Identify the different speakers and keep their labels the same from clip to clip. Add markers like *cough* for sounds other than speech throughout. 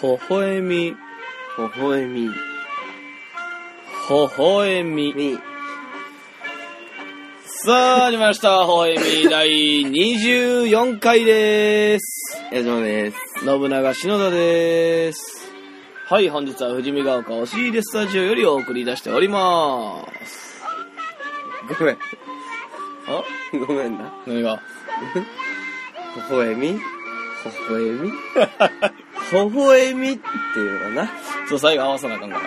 Speaker 1: ほほえみ、
Speaker 2: ほほえみ、
Speaker 1: ほほえみ。
Speaker 2: み、
Speaker 1: さあ、始まりました。ほほえ
Speaker 2: *laughs*
Speaker 1: み第24回です。
Speaker 2: 矢島です。
Speaker 1: 信長篠田です。はい、本日は富士見ヶ丘押し入れスタジオよりお送り出しております。
Speaker 2: ごめん。
Speaker 1: あ
Speaker 2: ごめんな。
Speaker 1: 何
Speaker 2: *laughs*
Speaker 1: が
Speaker 2: ほほえみ、ほほえみ、ほほえみっていうのかな。
Speaker 1: そう、最後合わさなあかんから。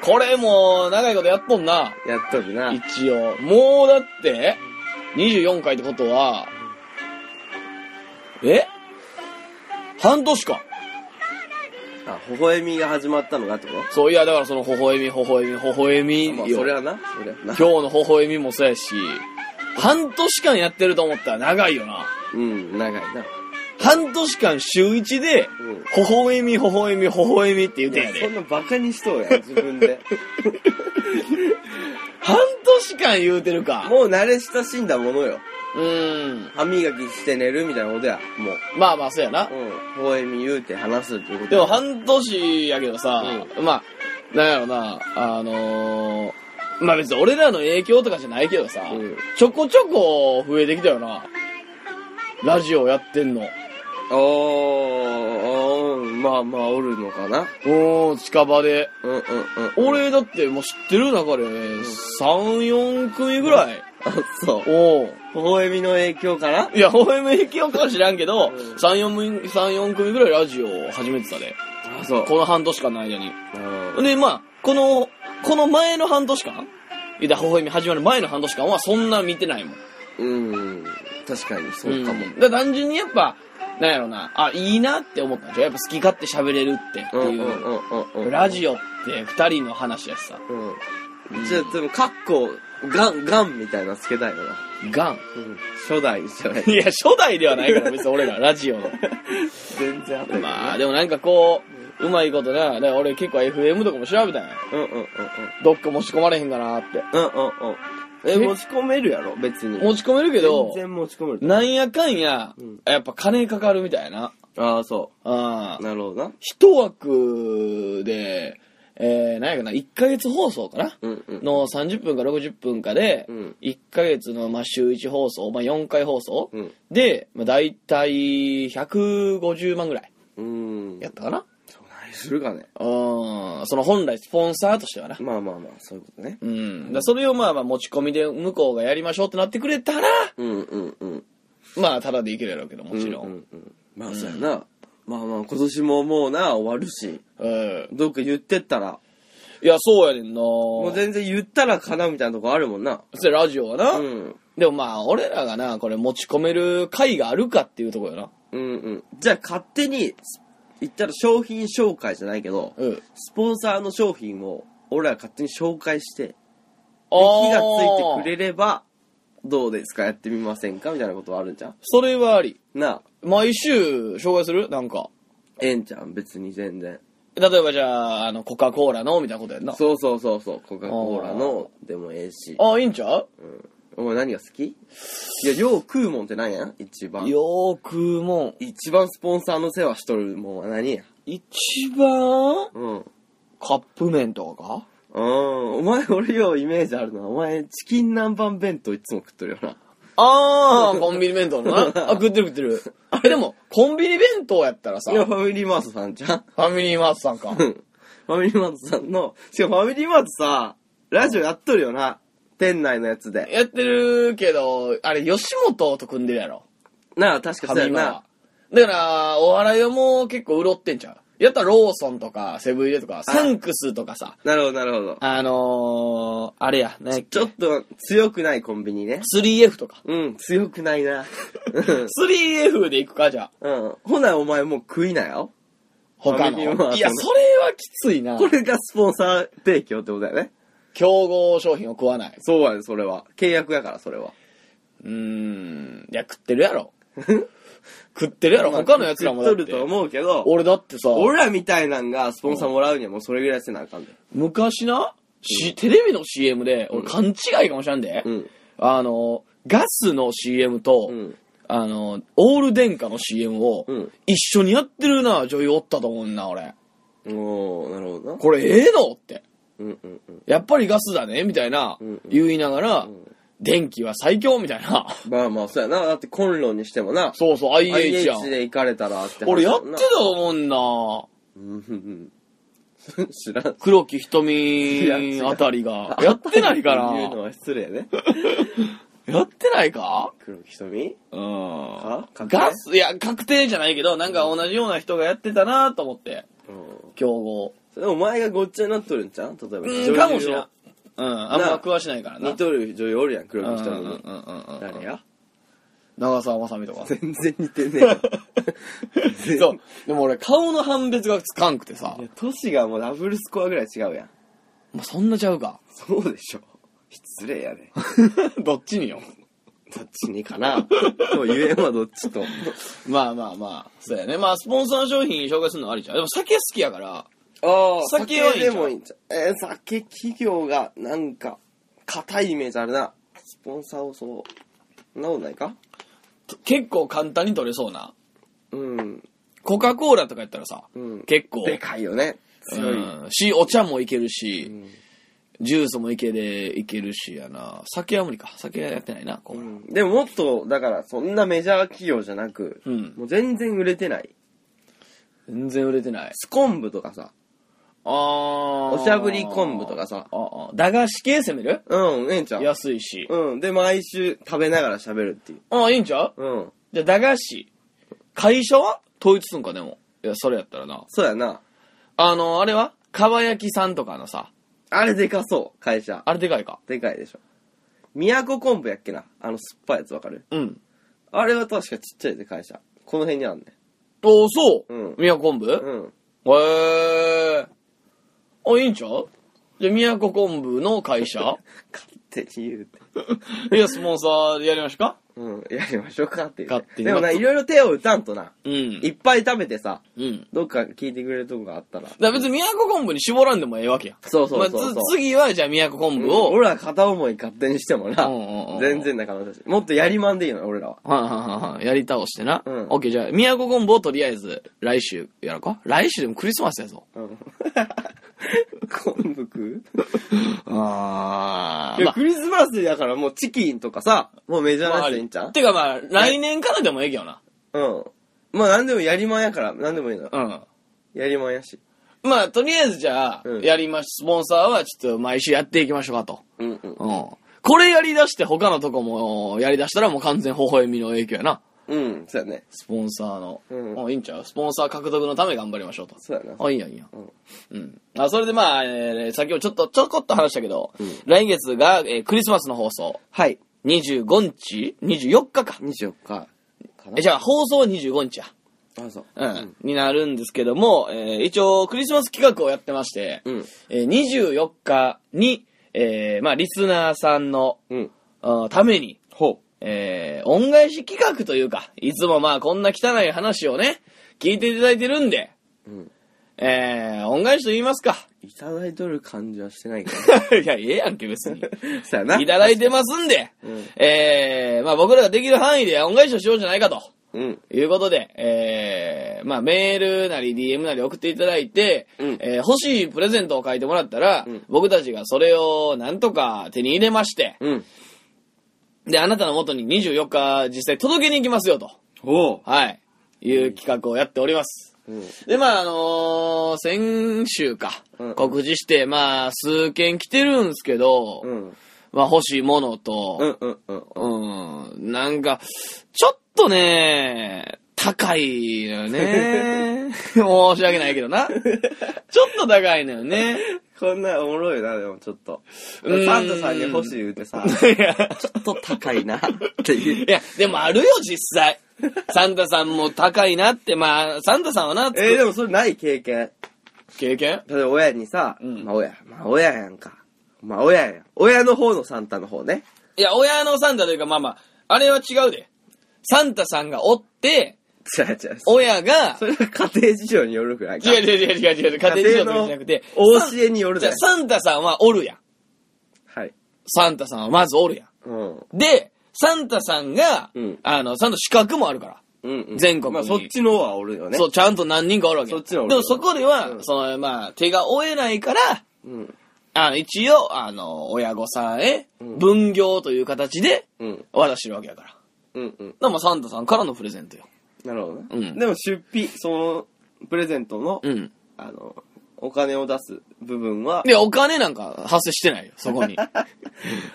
Speaker 1: これもう、長いことやっとんな。
Speaker 2: やっとるな。
Speaker 1: 一応。もうだって、24回ってことは、え半年か。
Speaker 2: あ、ほほえみが始まったのかってこ
Speaker 1: そう、いや、だからその、微笑み、微笑み、微笑み
Speaker 2: とまあ、
Speaker 1: よ
Speaker 2: それはな、それはな。
Speaker 1: 今日の微笑みもそうやし、半年間やってると思ったら長いよな。
Speaker 2: うん、長いな。
Speaker 1: 半年間週一で、
Speaker 2: うん
Speaker 1: 微笑み、微笑み、微笑みって言う
Speaker 2: い
Speaker 1: てんや
Speaker 2: や、そん
Speaker 1: で。
Speaker 2: なバカにしとうやん、自分
Speaker 1: *laughs*
Speaker 2: で。
Speaker 1: 半年間言うてるか。
Speaker 2: もう慣れ親しんだものよ。
Speaker 1: うーん。
Speaker 2: 歯磨きして寝るみたいなことや、もう。
Speaker 1: まあまあ、そうやな。
Speaker 2: うん、ほほえみ言うて話すっていうこと。
Speaker 1: でも半年やけどさ、まあ、なんやろな、あのー、まあ別に俺らの影響とかじゃないけどさ、
Speaker 2: うん
Speaker 1: ちょこちょこ増えてきたよな。ラジオやってんの。
Speaker 2: あーあー、まあまあ、おるのかな。
Speaker 1: うーん、近場で。
Speaker 2: うんうんうん。
Speaker 1: 俺だってもう知ってる中でね、3、4組ぐらい。
Speaker 2: あ、そう。
Speaker 1: おう
Speaker 2: 微笑みの影響かない
Speaker 1: や、応援の影響かは知らんけど、
Speaker 2: うん
Speaker 1: 3、4組、三四組ぐらいラジオを始めてたで。
Speaker 2: あ、そう。
Speaker 1: この半年間の間に。
Speaker 2: うん
Speaker 1: で、まあ、この、この前の半年間いや、微笑み始まる前の半年間はそんな見てないもん。
Speaker 2: うん。確かに、そうかも。
Speaker 1: んだから単純にやっぱ、なんやろな、あ、いいなって思ったんでしょやっぱ好き勝手喋れるってって
Speaker 2: うん
Speaker 1: いうう。
Speaker 2: んうんうん。
Speaker 1: ラジオって二人の話やしさ。
Speaker 2: オ。うん。じゃあ、でも、カッコ、ガン、ガンみたいなのつけたいよな。
Speaker 1: ガン。
Speaker 2: うん。初代じゃない。
Speaker 1: いや、初代ではないから、別に俺ら、ラジオの。
Speaker 2: *laughs* 全然あった
Speaker 1: *laughs* まあ、でもなんかこう、うまいことな、だから俺結構 FM とかも調べたんや。
Speaker 2: うんうんうんうん。
Speaker 1: どっか持ち込まれへんかなって。
Speaker 2: うんうんうん。え、
Speaker 1: え
Speaker 2: 持ち込めるやろ、別に。
Speaker 1: 持ち込めるけど
Speaker 2: 全、然持ち込める。
Speaker 1: なんやかんや
Speaker 2: うん、
Speaker 1: やっぱ金かかるみたいな。
Speaker 2: ああ、そ
Speaker 1: ああ。
Speaker 2: う。なるほどな。
Speaker 1: 一枠で、えー、なんやかな、1ヶ月放送かな
Speaker 2: うんうん。
Speaker 1: の30分か60分かで
Speaker 2: うん、
Speaker 1: 1ヶ月のまあ週1放送、まあ4回放送
Speaker 2: うん
Speaker 1: で、まあ大体150万ぐらい
Speaker 2: うん。
Speaker 1: やったかな
Speaker 2: そないするかね。
Speaker 1: うん、その本来スポンサーとしてはな。
Speaker 2: まあまあまあ、そういうことね。
Speaker 1: うん。だからそれをまあまあ持ち込みで向こうがやりましょうってなってくれたら、
Speaker 2: うんうんうん。
Speaker 1: まあただでいけるやろうけど、もちろ。
Speaker 2: うんんうん。まあ、そうやな。まあまあ、今年ももうな、終わるし、
Speaker 1: うん。
Speaker 2: どっか言ってったら、
Speaker 1: いや、そうやねんな
Speaker 2: も
Speaker 1: も
Speaker 2: う全然言ったらかなみたいなとこあるもんな。
Speaker 1: それラジオはな、
Speaker 2: うん。
Speaker 1: でもまあ、俺らがな、これ持ち込める回があるかっていうところよな。
Speaker 2: うんうん。じゃあ勝手に、言ったら商品紹介じゃないけど、
Speaker 1: うん。
Speaker 2: スポンサーの商品を、俺ら勝手に紹介して、で
Speaker 1: あー
Speaker 2: 火がついてくれれば、どうですかやってみませんかみたいなことはあるんじゃん
Speaker 1: それはあり。
Speaker 2: なあ、
Speaker 1: 毎週、紹介するなんか。
Speaker 2: ええんちゃん別に全然。
Speaker 1: 例えばじゃあ、あの、コカ・コーラの、みたいなことやんな。
Speaker 2: そうそうそうそう、コカ・コーラのでもええし。
Speaker 1: ああ、いいんちゃう
Speaker 2: お前何が好きいや、よう食うもんって何や一番。
Speaker 1: よーくもん。
Speaker 2: 一番スポンサーの世話しとるもんは何や
Speaker 1: 一番、
Speaker 2: うん。うん。
Speaker 1: カップ麺とかか
Speaker 2: お前、俺ようイメージあるのは、お前、チキン南蛮弁当いつも食っとるよな。
Speaker 1: あ *laughs* あ、コンビニ弁当のな。あ、食ってる食ってる。え、でも、コンビニ弁当やったらさ、
Speaker 2: いや、
Speaker 1: フ
Speaker 2: ファミリーマートさんじゃん
Speaker 1: ァミリーマートさんか。
Speaker 2: うん。ファミリーマートさんの、しかもファミリーマートさ、ラジオやっとるよな。店内のやつで。
Speaker 1: やってるけど、あれ、吉本と組んでるやろ。
Speaker 2: なあ、確かそうや
Speaker 1: 神
Speaker 2: な
Speaker 1: は。。だから、お笑いはもう結構潤ってんちゃうやったらローソンとか、セブンイレとか、サンクスとかさ、
Speaker 2: なるほど、なるほど。
Speaker 1: あのー、あれや、ね、
Speaker 2: ちょっと強くないコンビニね。
Speaker 1: 3F とか。
Speaker 2: うん、強くないな。うん
Speaker 1: 3F で行くか、じゃあ。
Speaker 2: うん。ほな、お前もう食いなよ。
Speaker 1: 他
Speaker 2: ファミリーマート
Speaker 1: の。
Speaker 2: の
Speaker 1: いや、それはきついな
Speaker 2: こ。れがスポンサー提供ってことだよね。
Speaker 1: 競合商品を食わない。
Speaker 2: そうやね、それは。契約やから、それは。
Speaker 1: うーん。いや、食ってるやろ。
Speaker 2: *laughs*
Speaker 1: 食ってるやろ。他のやつらもだ
Speaker 2: 食
Speaker 1: っ
Speaker 2: っとると
Speaker 1: て。
Speaker 2: 思うけど、
Speaker 1: 俺だってさ、
Speaker 2: 俺らみたいなんがスポンサーもらうにはもうそれぐらいせなあかんで。
Speaker 1: 昔な、し、テレビの CM で、俺勘違いかもしらんで
Speaker 2: う。ん。
Speaker 1: あの、ガスの CM と、
Speaker 2: うん。
Speaker 1: あの、オール電化の CM を
Speaker 2: うん、
Speaker 1: 一緒にやってるな、女優おったと思うんな、俺。
Speaker 2: おー、なるほどな。
Speaker 1: これええのって。
Speaker 2: うんうんうん。
Speaker 1: やっぱりガスだねみたいな
Speaker 2: うんうん、
Speaker 1: 言いながら、電気は最強みたいな。 *laughs*
Speaker 2: まあまあ、そうやな。だってコンロにしてもな。
Speaker 1: そうそう、IH や
Speaker 2: IH
Speaker 1: ん。
Speaker 2: で行かれたらって話
Speaker 1: 俺やっ
Speaker 2: もん
Speaker 1: て
Speaker 2: な
Speaker 1: たと思うんな。
Speaker 2: うん *laughs* うんうん。知らん。
Speaker 1: 黒木
Speaker 2: いや違
Speaker 1: 瞳
Speaker 2: う
Speaker 1: あたりが。やってないか
Speaker 2: *laughs* 言うの
Speaker 1: な
Speaker 2: は失礼やね。
Speaker 1: やってないか
Speaker 2: 黒木瞳
Speaker 1: うん
Speaker 2: か確定
Speaker 1: ガス、いや、確定じゃないけど、なんか同じような人がやってたなと思って、
Speaker 2: うん。
Speaker 1: 競合。
Speaker 2: それお前がごっちゃになっとるんちゃう例えば。
Speaker 1: うん、かもしれん。うん
Speaker 2: ん。、
Speaker 1: あんま詳しないからな。
Speaker 2: 似とる女優おるやん、
Speaker 1: うん
Speaker 2: 黒
Speaker 1: うんう
Speaker 2: 木
Speaker 1: ん
Speaker 2: 瞳
Speaker 1: うん
Speaker 2: に。
Speaker 1: うん
Speaker 2: 誰や
Speaker 1: 長澤まさみと *laughs* か。
Speaker 2: 全然似 *laughs* てねえわ。
Speaker 1: そう。でも俺、顔の判別がつかんくてさ
Speaker 2: い。や。都市がもうダブルスコアぐらい違うやん。
Speaker 1: まあ、そんなちゃう *laughs* か。
Speaker 2: そうでしょ。失礼やね。
Speaker 1: どっちによ。
Speaker 2: どっちにかな。とも言えんわ、どっちと。
Speaker 1: まあまあまあ、そうやね。まあ、スポンサー商品紹介するのはありじゃん。でも酒好きやから、
Speaker 2: ああ、
Speaker 1: 酒はいいんちゃう
Speaker 2: でもいいんちゃう。えー酒企業がなんか、硬いイメージあるな。スポンサーをそう、そんなことないか
Speaker 1: 結構簡単に取れそうな。
Speaker 2: うん、
Speaker 1: コカ・コーラとかやったらさ、
Speaker 2: うん。
Speaker 1: 結構、
Speaker 2: でかいよね。強い。
Speaker 1: うん、し、お茶もいけるし、
Speaker 2: ん
Speaker 1: ジュースもいけでいけるしやな。酒は無理か。酒はやってないな、こう。
Speaker 2: うんでももっと、だから、そんなメジャー企業じゃなく、
Speaker 1: うん
Speaker 2: もう全然売れてない。
Speaker 1: 全然売れてない。
Speaker 2: スコンブとかさ、
Speaker 1: あー
Speaker 2: おしゃぶり昆布とかさ
Speaker 1: ああ。駄菓子系攻める
Speaker 2: うん、ええんちゃう。
Speaker 1: 安いし。
Speaker 2: うん。で、毎週食べながら喋るっていう。
Speaker 1: ああ、いいんちゃう
Speaker 2: うん。
Speaker 1: じゃあ、駄菓子。会社は統一すんか、でも。いや、それやったらな。
Speaker 2: そうやな。
Speaker 1: あの、あれはかば焼きさんとかのさ、
Speaker 2: あれでかそう、会社。
Speaker 1: あれでかいか。
Speaker 2: でかいでしょ。宮古昆布やっけな。あの酸っぱいやつわかる
Speaker 1: うん。
Speaker 2: あれは確かちっちゃいで会社。この辺にあんね。
Speaker 1: おーそう。
Speaker 2: うん
Speaker 1: 宮古昆布、
Speaker 2: うん。
Speaker 1: へえ。あ、いいんちゃうじゃあ、宮古昆布の会
Speaker 2: *laughs*
Speaker 1: 社
Speaker 2: 勝手に言うて。
Speaker 1: いや、スポンサーでやりましょうか
Speaker 2: うん。やりましょうかっていう。
Speaker 1: 勝手に
Speaker 2: でもな、いろいろ手を打たんとな。
Speaker 1: うん
Speaker 2: い。っぱい食べてさ、
Speaker 1: うん。だか
Speaker 2: どっか聞いてくれるとこがあったら。
Speaker 1: ら別に宮古昆布に絞らんでもええわけや。
Speaker 2: そうそうそうそう
Speaker 1: まあつ次は、じゃあ宮古昆布を。
Speaker 2: 俺ら片思い勝手にしてもな
Speaker 1: うんうんうんうん。
Speaker 2: 全然な可能性。もっとやりまんでいいのよ、俺らは。
Speaker 1: はいはいはいはい。やり倒してな。
Speaker 2: うん
Speaker 1: オッケー、じゃあ、宮古昆布をとりあえず、来週やろうか来週でもクリスマスやぞ。
Speaker 2: うん。 *laughs* 昆布食う
Speaker 1: あ
Speaker 2: いや、クリスマスだからもうチキンとかさ、もうメジャーな
Speaker 1: まあ
Speaker 2: やつでいいんちゃう
Speaker 1: てかまあ、来年からでもええけどな。
Speaker 2: うん。まあ何でもやりまんやから、何でもいいのよ。
Speaker 1: うん。
Speaker 2: やりまんやし。
Speaker 1: まあ、とりあえずじゃあ、
Speaker 2: うん
Speaker 1: やりまし、スポンサーはちょっと毎週やっていきましょうかと。
Speaker 2: うんうん。
Speaker 1: うん。これやり出して他のとこもやり出したらもう完全微笑みの影響やな。
Speaker 2: うん、そうやね。
Speaker 1: スポンサーの。
Speaker 2: うん
Speaker 1: あいいんちゃうスポンサー獲得のため頑張りましょうと。
Speaker 2: そうやな。
Speaker 1: あ、いいやんいいやん。
Speaker 2: うん
Speaker 1: うん。あ、それでまあ、えー、先ほどちょっと、ちょこっと話したけど、
Speaker 2: うん
Speaker 1: 来月が、えークリスマスの放送。
Speaker 2: はい。
Speaker 1: 25日 ?24 日か。
Speaker 2: 24日かな
Speaker 1: え、じゃあ放送は25日や。
Speaker 2: あ、そう。
Speaker 1: うん。になるんですけども、えー一応クリスマス企画をやってまして、
Speaker 2: うん
Speaker 1: えー24日に、えーまあ、リスナーさんの、
Speaker 2: うん。
Speaker 1: あーために、
Speaker 2: ほ
Speaker 1: えー恩返し企画というか、いつもまあ、こんな汚い話をね、聞いていただいてるんで、
Speaker 2: う。うん。
Speaker 1: えー恩返しと言いますか。
Speaker 2: いただいとる感じはしてない
Speaker 1: *laughs*
Speaker 2: け
Speaker 1: いや、ええやんけ、別に。
Speaker 2: ど。そう *laughs* やな。
Speaker 1: いただいてますんで、
Speaker 2: うん
Speaker 1: えーまあ、僕らができる範囲で恩返しをしようじゃないかと。
Speaker 2: うん。
Speaker 1: いうことで、えー、まあ、メールなり DM なり送っていただいて、
Speaker 2: うん
Speaker 1: えー欲しいプレゼントを書いてもらったら、
Speaker 2: うん
Speaker 1: 僕たちがそれをなんとか手に入れまして、
Speaker 2: うん。
Speaker 1: で、あなたの元に24日実際届けに行きますよと、
Speaker 2: ほ
Speaker 1: はい、いう企画をやっております。
Speaker 2: う。うん。
Speaker 1: で、まあ、あのー先週か
Speaker 2: うん、
Speaker 1: 告示して、まあ、数件来てるんですけど、
Speaker 2: うん。
Speaker 1: まあ、欲しいものと、
Speaker 2: うんうんうん。
Speaker 1: うん。なんか、ちょっとね、高いのよね。
Speaker 2: *laughs*
Speaker 1: 申し訳ないけどな。ちょっと高いのよね。
Speaker 2: こんなんおもろいな、でもちょっと。
Speaker 1: うん
Speaker 2: サンタさんに欲しい言うてさ、
Speaker 1: いや、
Speaker 2: ちょっと高いな、っていう。
Speaker 1: いやでもあるよ、実際。サンタさんも高いなって、まあ、サンタさんはな、
Speaker 2: えー、でもそれない経験。
Speaker 1: 経験
Speaker 2: 例えば親にさ、
Speaker 1: うん
Speaker 2: まあ親、まあ親やんか。まあ親やん。親の方のサンタの方ね。
Speaker 1: いや、親のサンタというか、まあまあ、あれは違うで。サンタさんがおって、
Speaker 2: 違う違う。
Speaker 1: 親が
Speaker 2: そ、れは家庭事情によるくらいか。
Speaker 1: 違う違う違う違う違う、家庭事情とかじゃなくて、
Speaker 2: お教えによる
Speaker 1: じゃあ
Speaker 2: だよ。
Speaker 1: サンタさんはおるやん。
Speaker 2: はい。
Speaker 1: サンタさんはまずおるやん。
Speaker 2: うん。
Speaker 1: で、サンタさんが、
Speaker 2: うん
Speaker 1: あの、ちゃんと資格もあるから。
Speaker 2: うんうん
Speaker 1: 全国に
Speaker 2: まあそっちの方はおるよね
Speaker 1: そう、ちゃんと何人かおるわけ。
Speaker 2: そっちはおる
Speaker 1: でもそこでは、
Speaker 2: うん
Speaker 1: その、まあ、手が負えないから、
Speaker 2: うん
Speaker 1: あの一応、あの、親御さんへ、
Speaker 2: うん
Speaker 1: 分業という形で、
Speaker 2: うん
Speaker 1: 渡してるわけやから。だか
Speaker 2: うんうん
Speaker 1: らまあ、サンタさんからのプレゼントよ。
Speaker 2: なるほどね、
Speaker 1: うん
Speaker 2: でも出費そのプレゼントの、
Speaker 1: うん。
Speaker 2: あのお金を出す部分は
Speaker 1: で、お金なんか発生してないよ、そこ
Speaker 2: *laughs*
Speaker 1: に。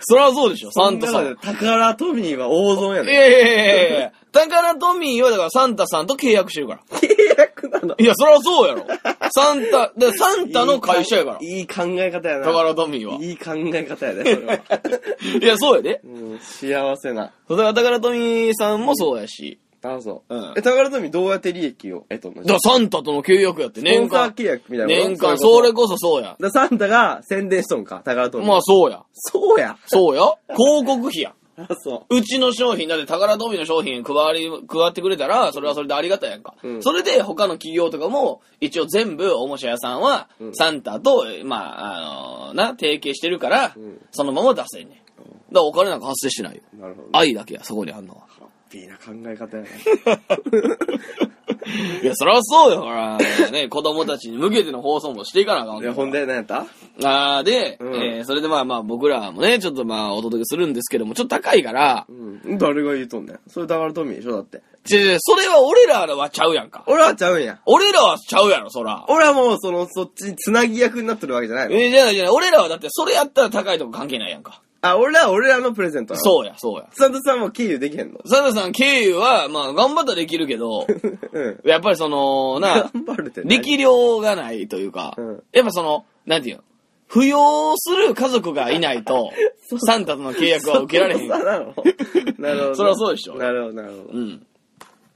Speaker 1: そりゃそうでしょ、サンタさ
Speaker 2: そ
Speaker 1: ん
Speaker 2: の。中で宝トミーは王存や
Speaker 1: い
Speaker 2: ね
Speaker 1: やいやいやいやいや。宝トミーはだからサンタさんと契約してるから。
Speaker 2: 契約なの
Speaker 1: いや、そりゃそうやろ。サンタ、でサンタの会社やから。
Speaker 2: いい考え方やな
Speaker 1: 宝トミーは。
Speaker 2: いい考え方やねそ
Speaker 1: *laughs*
Speaker 2: れは
Speaker 1: いや、そうやで。
Speaker 2: うん幸せな
Speaker 1: そうだから宝トミーさんもそうやし。
Speaker 2: あそう、
Speaker 1: うん
Speaker 2: え宝トミーどうやって利益を得とんの
Speaker 1: だからサンタとの契約やって、
Speaker 2: スポ
Speaker 1: 年
Speaker 2: ンサー
Speaker 1: 間。
Speaker 2: 契約みたいなこと
Speaker 1: 年間、それ
Speaker 2: こ
Speaker 1: こそそうや。
Speaker 2: そだからサンタが宣伝しとんか宝トミー
Speaker 1: まあ、そうや。
Speaker 2: そうや
Speaker 1: そうや。広告費や。
Speaker 2: あそう
Speaker 1: ちの商品、だって宝富の商品配り、配ってくれたら、それはそれでありがたいやんか。
Speaker 2: うん
Speaker 1: それで他の企業とかも、一応全部、おもちゃ屋さんは、
Speaker 2: うん
Speaker 1: サンタと、えまあ、あのな、提携してるから、
Speaker 2: うん
Speaker 1: そのまま出せんねん。だからお金なんか発生してないよ。
Speaker 2: うなるほど
Speaker 1: 愛だけや、そこにあんのは。
Speaker 2: ハッピーな考え方や *laughs* ね
Speaker 1: いや、そりゃそうよ、ほら。ね、子供たちに向けての放送もしていかなあかん
Speaker 2: いやほんで何やった
Speaker 1: あーで、
Speaker 2: うん
Speaker 1: えーそれでまあまあ僕らもね、ちょっとまあお届けするんですけども、ちょっと高いから、
Speaker 2: うん誰が言うとんねんそれ宝トミーでしょだって
Speaker 1: ちょちょそれは俺らはちゃうやんか。
Speaker 2: 俺はちゃうんや
Speaker 1: 俺らはちゃうやろ、そら。
Speaker 2: 俺はもうそのそっちにつなぎ役になってるわけじゃないの
Speaker 1: えーじゃないじゃない、俺らはだってそれやったら高いとこ関係ないやんか。
Speaker 2: あ俺は俺らのプレゼントなの
Speaker 1: そうや、そうや。
Speaker 2: サンタさんも経由できへんの
Speaker 1: サンタさん経由は、まあ頑張ったらできるけど、
Speaker 2: うん
Speaker 1: やっぱりその、な
Speaker 2: *laughs* 頑、張るって何
Speaker 1: 力量がないというか、
Speaker 2: うん
Speaker 1: やっぱその、なんていうの、扶養する家族がいない
Speaker 2: *laughs*
Speaker 1: と、サンタとの契約は受けられへん
Speaker 2: そ。うなのなるほど。
Speaker 1: そりゃそうでしょ
Speaker 2: なるほど、なるほど。
Speaker 1: うん。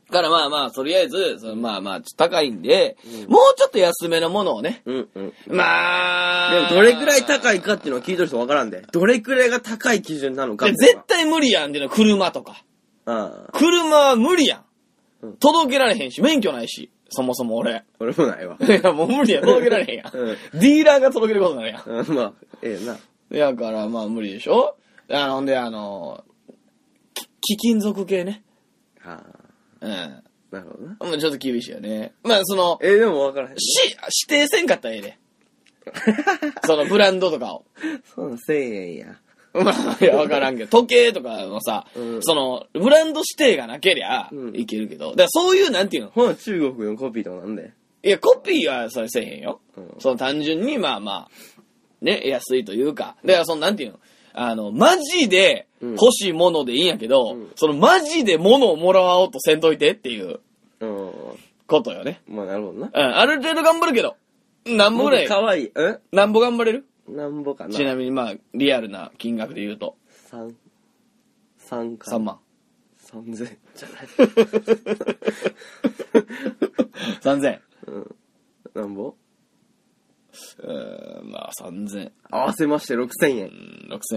Speaker 1: だからまあまあ、とりあえず、そのまあまあ、ちょっと高いんで、もうちょっと安めのものをね。
Speaker 2: うんうん。
Speaker 1: まあ。
Speaker 2: でも、どれくらい高いかっていうのは聞いとる人わからんで。どれくらいが高い基準なのか
Speaker 1: で絶対無理やんっていうのは車とか。
Speaker 2: ああ、
Speaker 1: 車は無理や。
Speaker 2: うんん
Speaker 1: 届けられへんし、免許ないし、そもそも俺。
Speaker 2: 俺もないわ。
Speaker 1: *laughs* いや、もう無理やん。届けられへんやん。
Speaker 2: うん
Speaker 1: ディーラーが届けることになるやん。
Speaker 2: うん、まあ、ええな。
Speaker 1: だからまあ無理でしょあの、ほんであの、き貴金属系ね。
Speaker 2: あ
Speaker 1: うん。
Speaker 2: あ、なるほどな。
Speaker 1: まあちょっと厳しいよね。まあその、
Speaker 2: ええ、でもわからへん。
Speaker 1: し、指定せんかったらええで。そのブランドとかを。
Speaker 2: *laughs*
Speaker 1: *laughs*
Speaker 2: そうな、1000円や。
Speaker 1: まあ、いや、わからんけど、時計とかもさ、
Speaker 2: うん
Speaker 1: その、ブランド指定がなけりゃ
Speaker 2: う、ん
Speaker 1: いけるけど、だからそういう、なんていうの
Speaker 2: ほな、中国のコピーとかなんで。
Speaker 1: いや、コピーはそれせえへんよ。
Speaker 2: うん
Speaker 1: その単純に、まあまあ、ね、安いというか、だからその、なんていうのあの、マジで
Speaker 2: うん
Speaker 1: 欲しいものでいいんやけど、
Speaker 2: うん
Speaker 1: そのマジで物をもらおうとせんといてっていう
Speaker 2: うん。
Speaker 1: ことよね。
Speaker 2: まあ、なるほどな。
Speaker 1: うん、ある程度頑張るけど、なんぼぐらい
Speaker 2: か、わいい。うん
Speaker 1: なんぼ頑張れる
Speaker 2: なんぼかな。
Speaker 1: ちなみにまあ、リアルな金額で言うと、
Speaker 2: 三三か。
Speaker 1: 3。万。
Speaker 2: *laughs* 三千。じゃない。
Speaker 1: 3000。
Speaker 2: なんぼ
Speaker 1: うーん、まあ3000。
Speaker 2: 合わせまして6000円。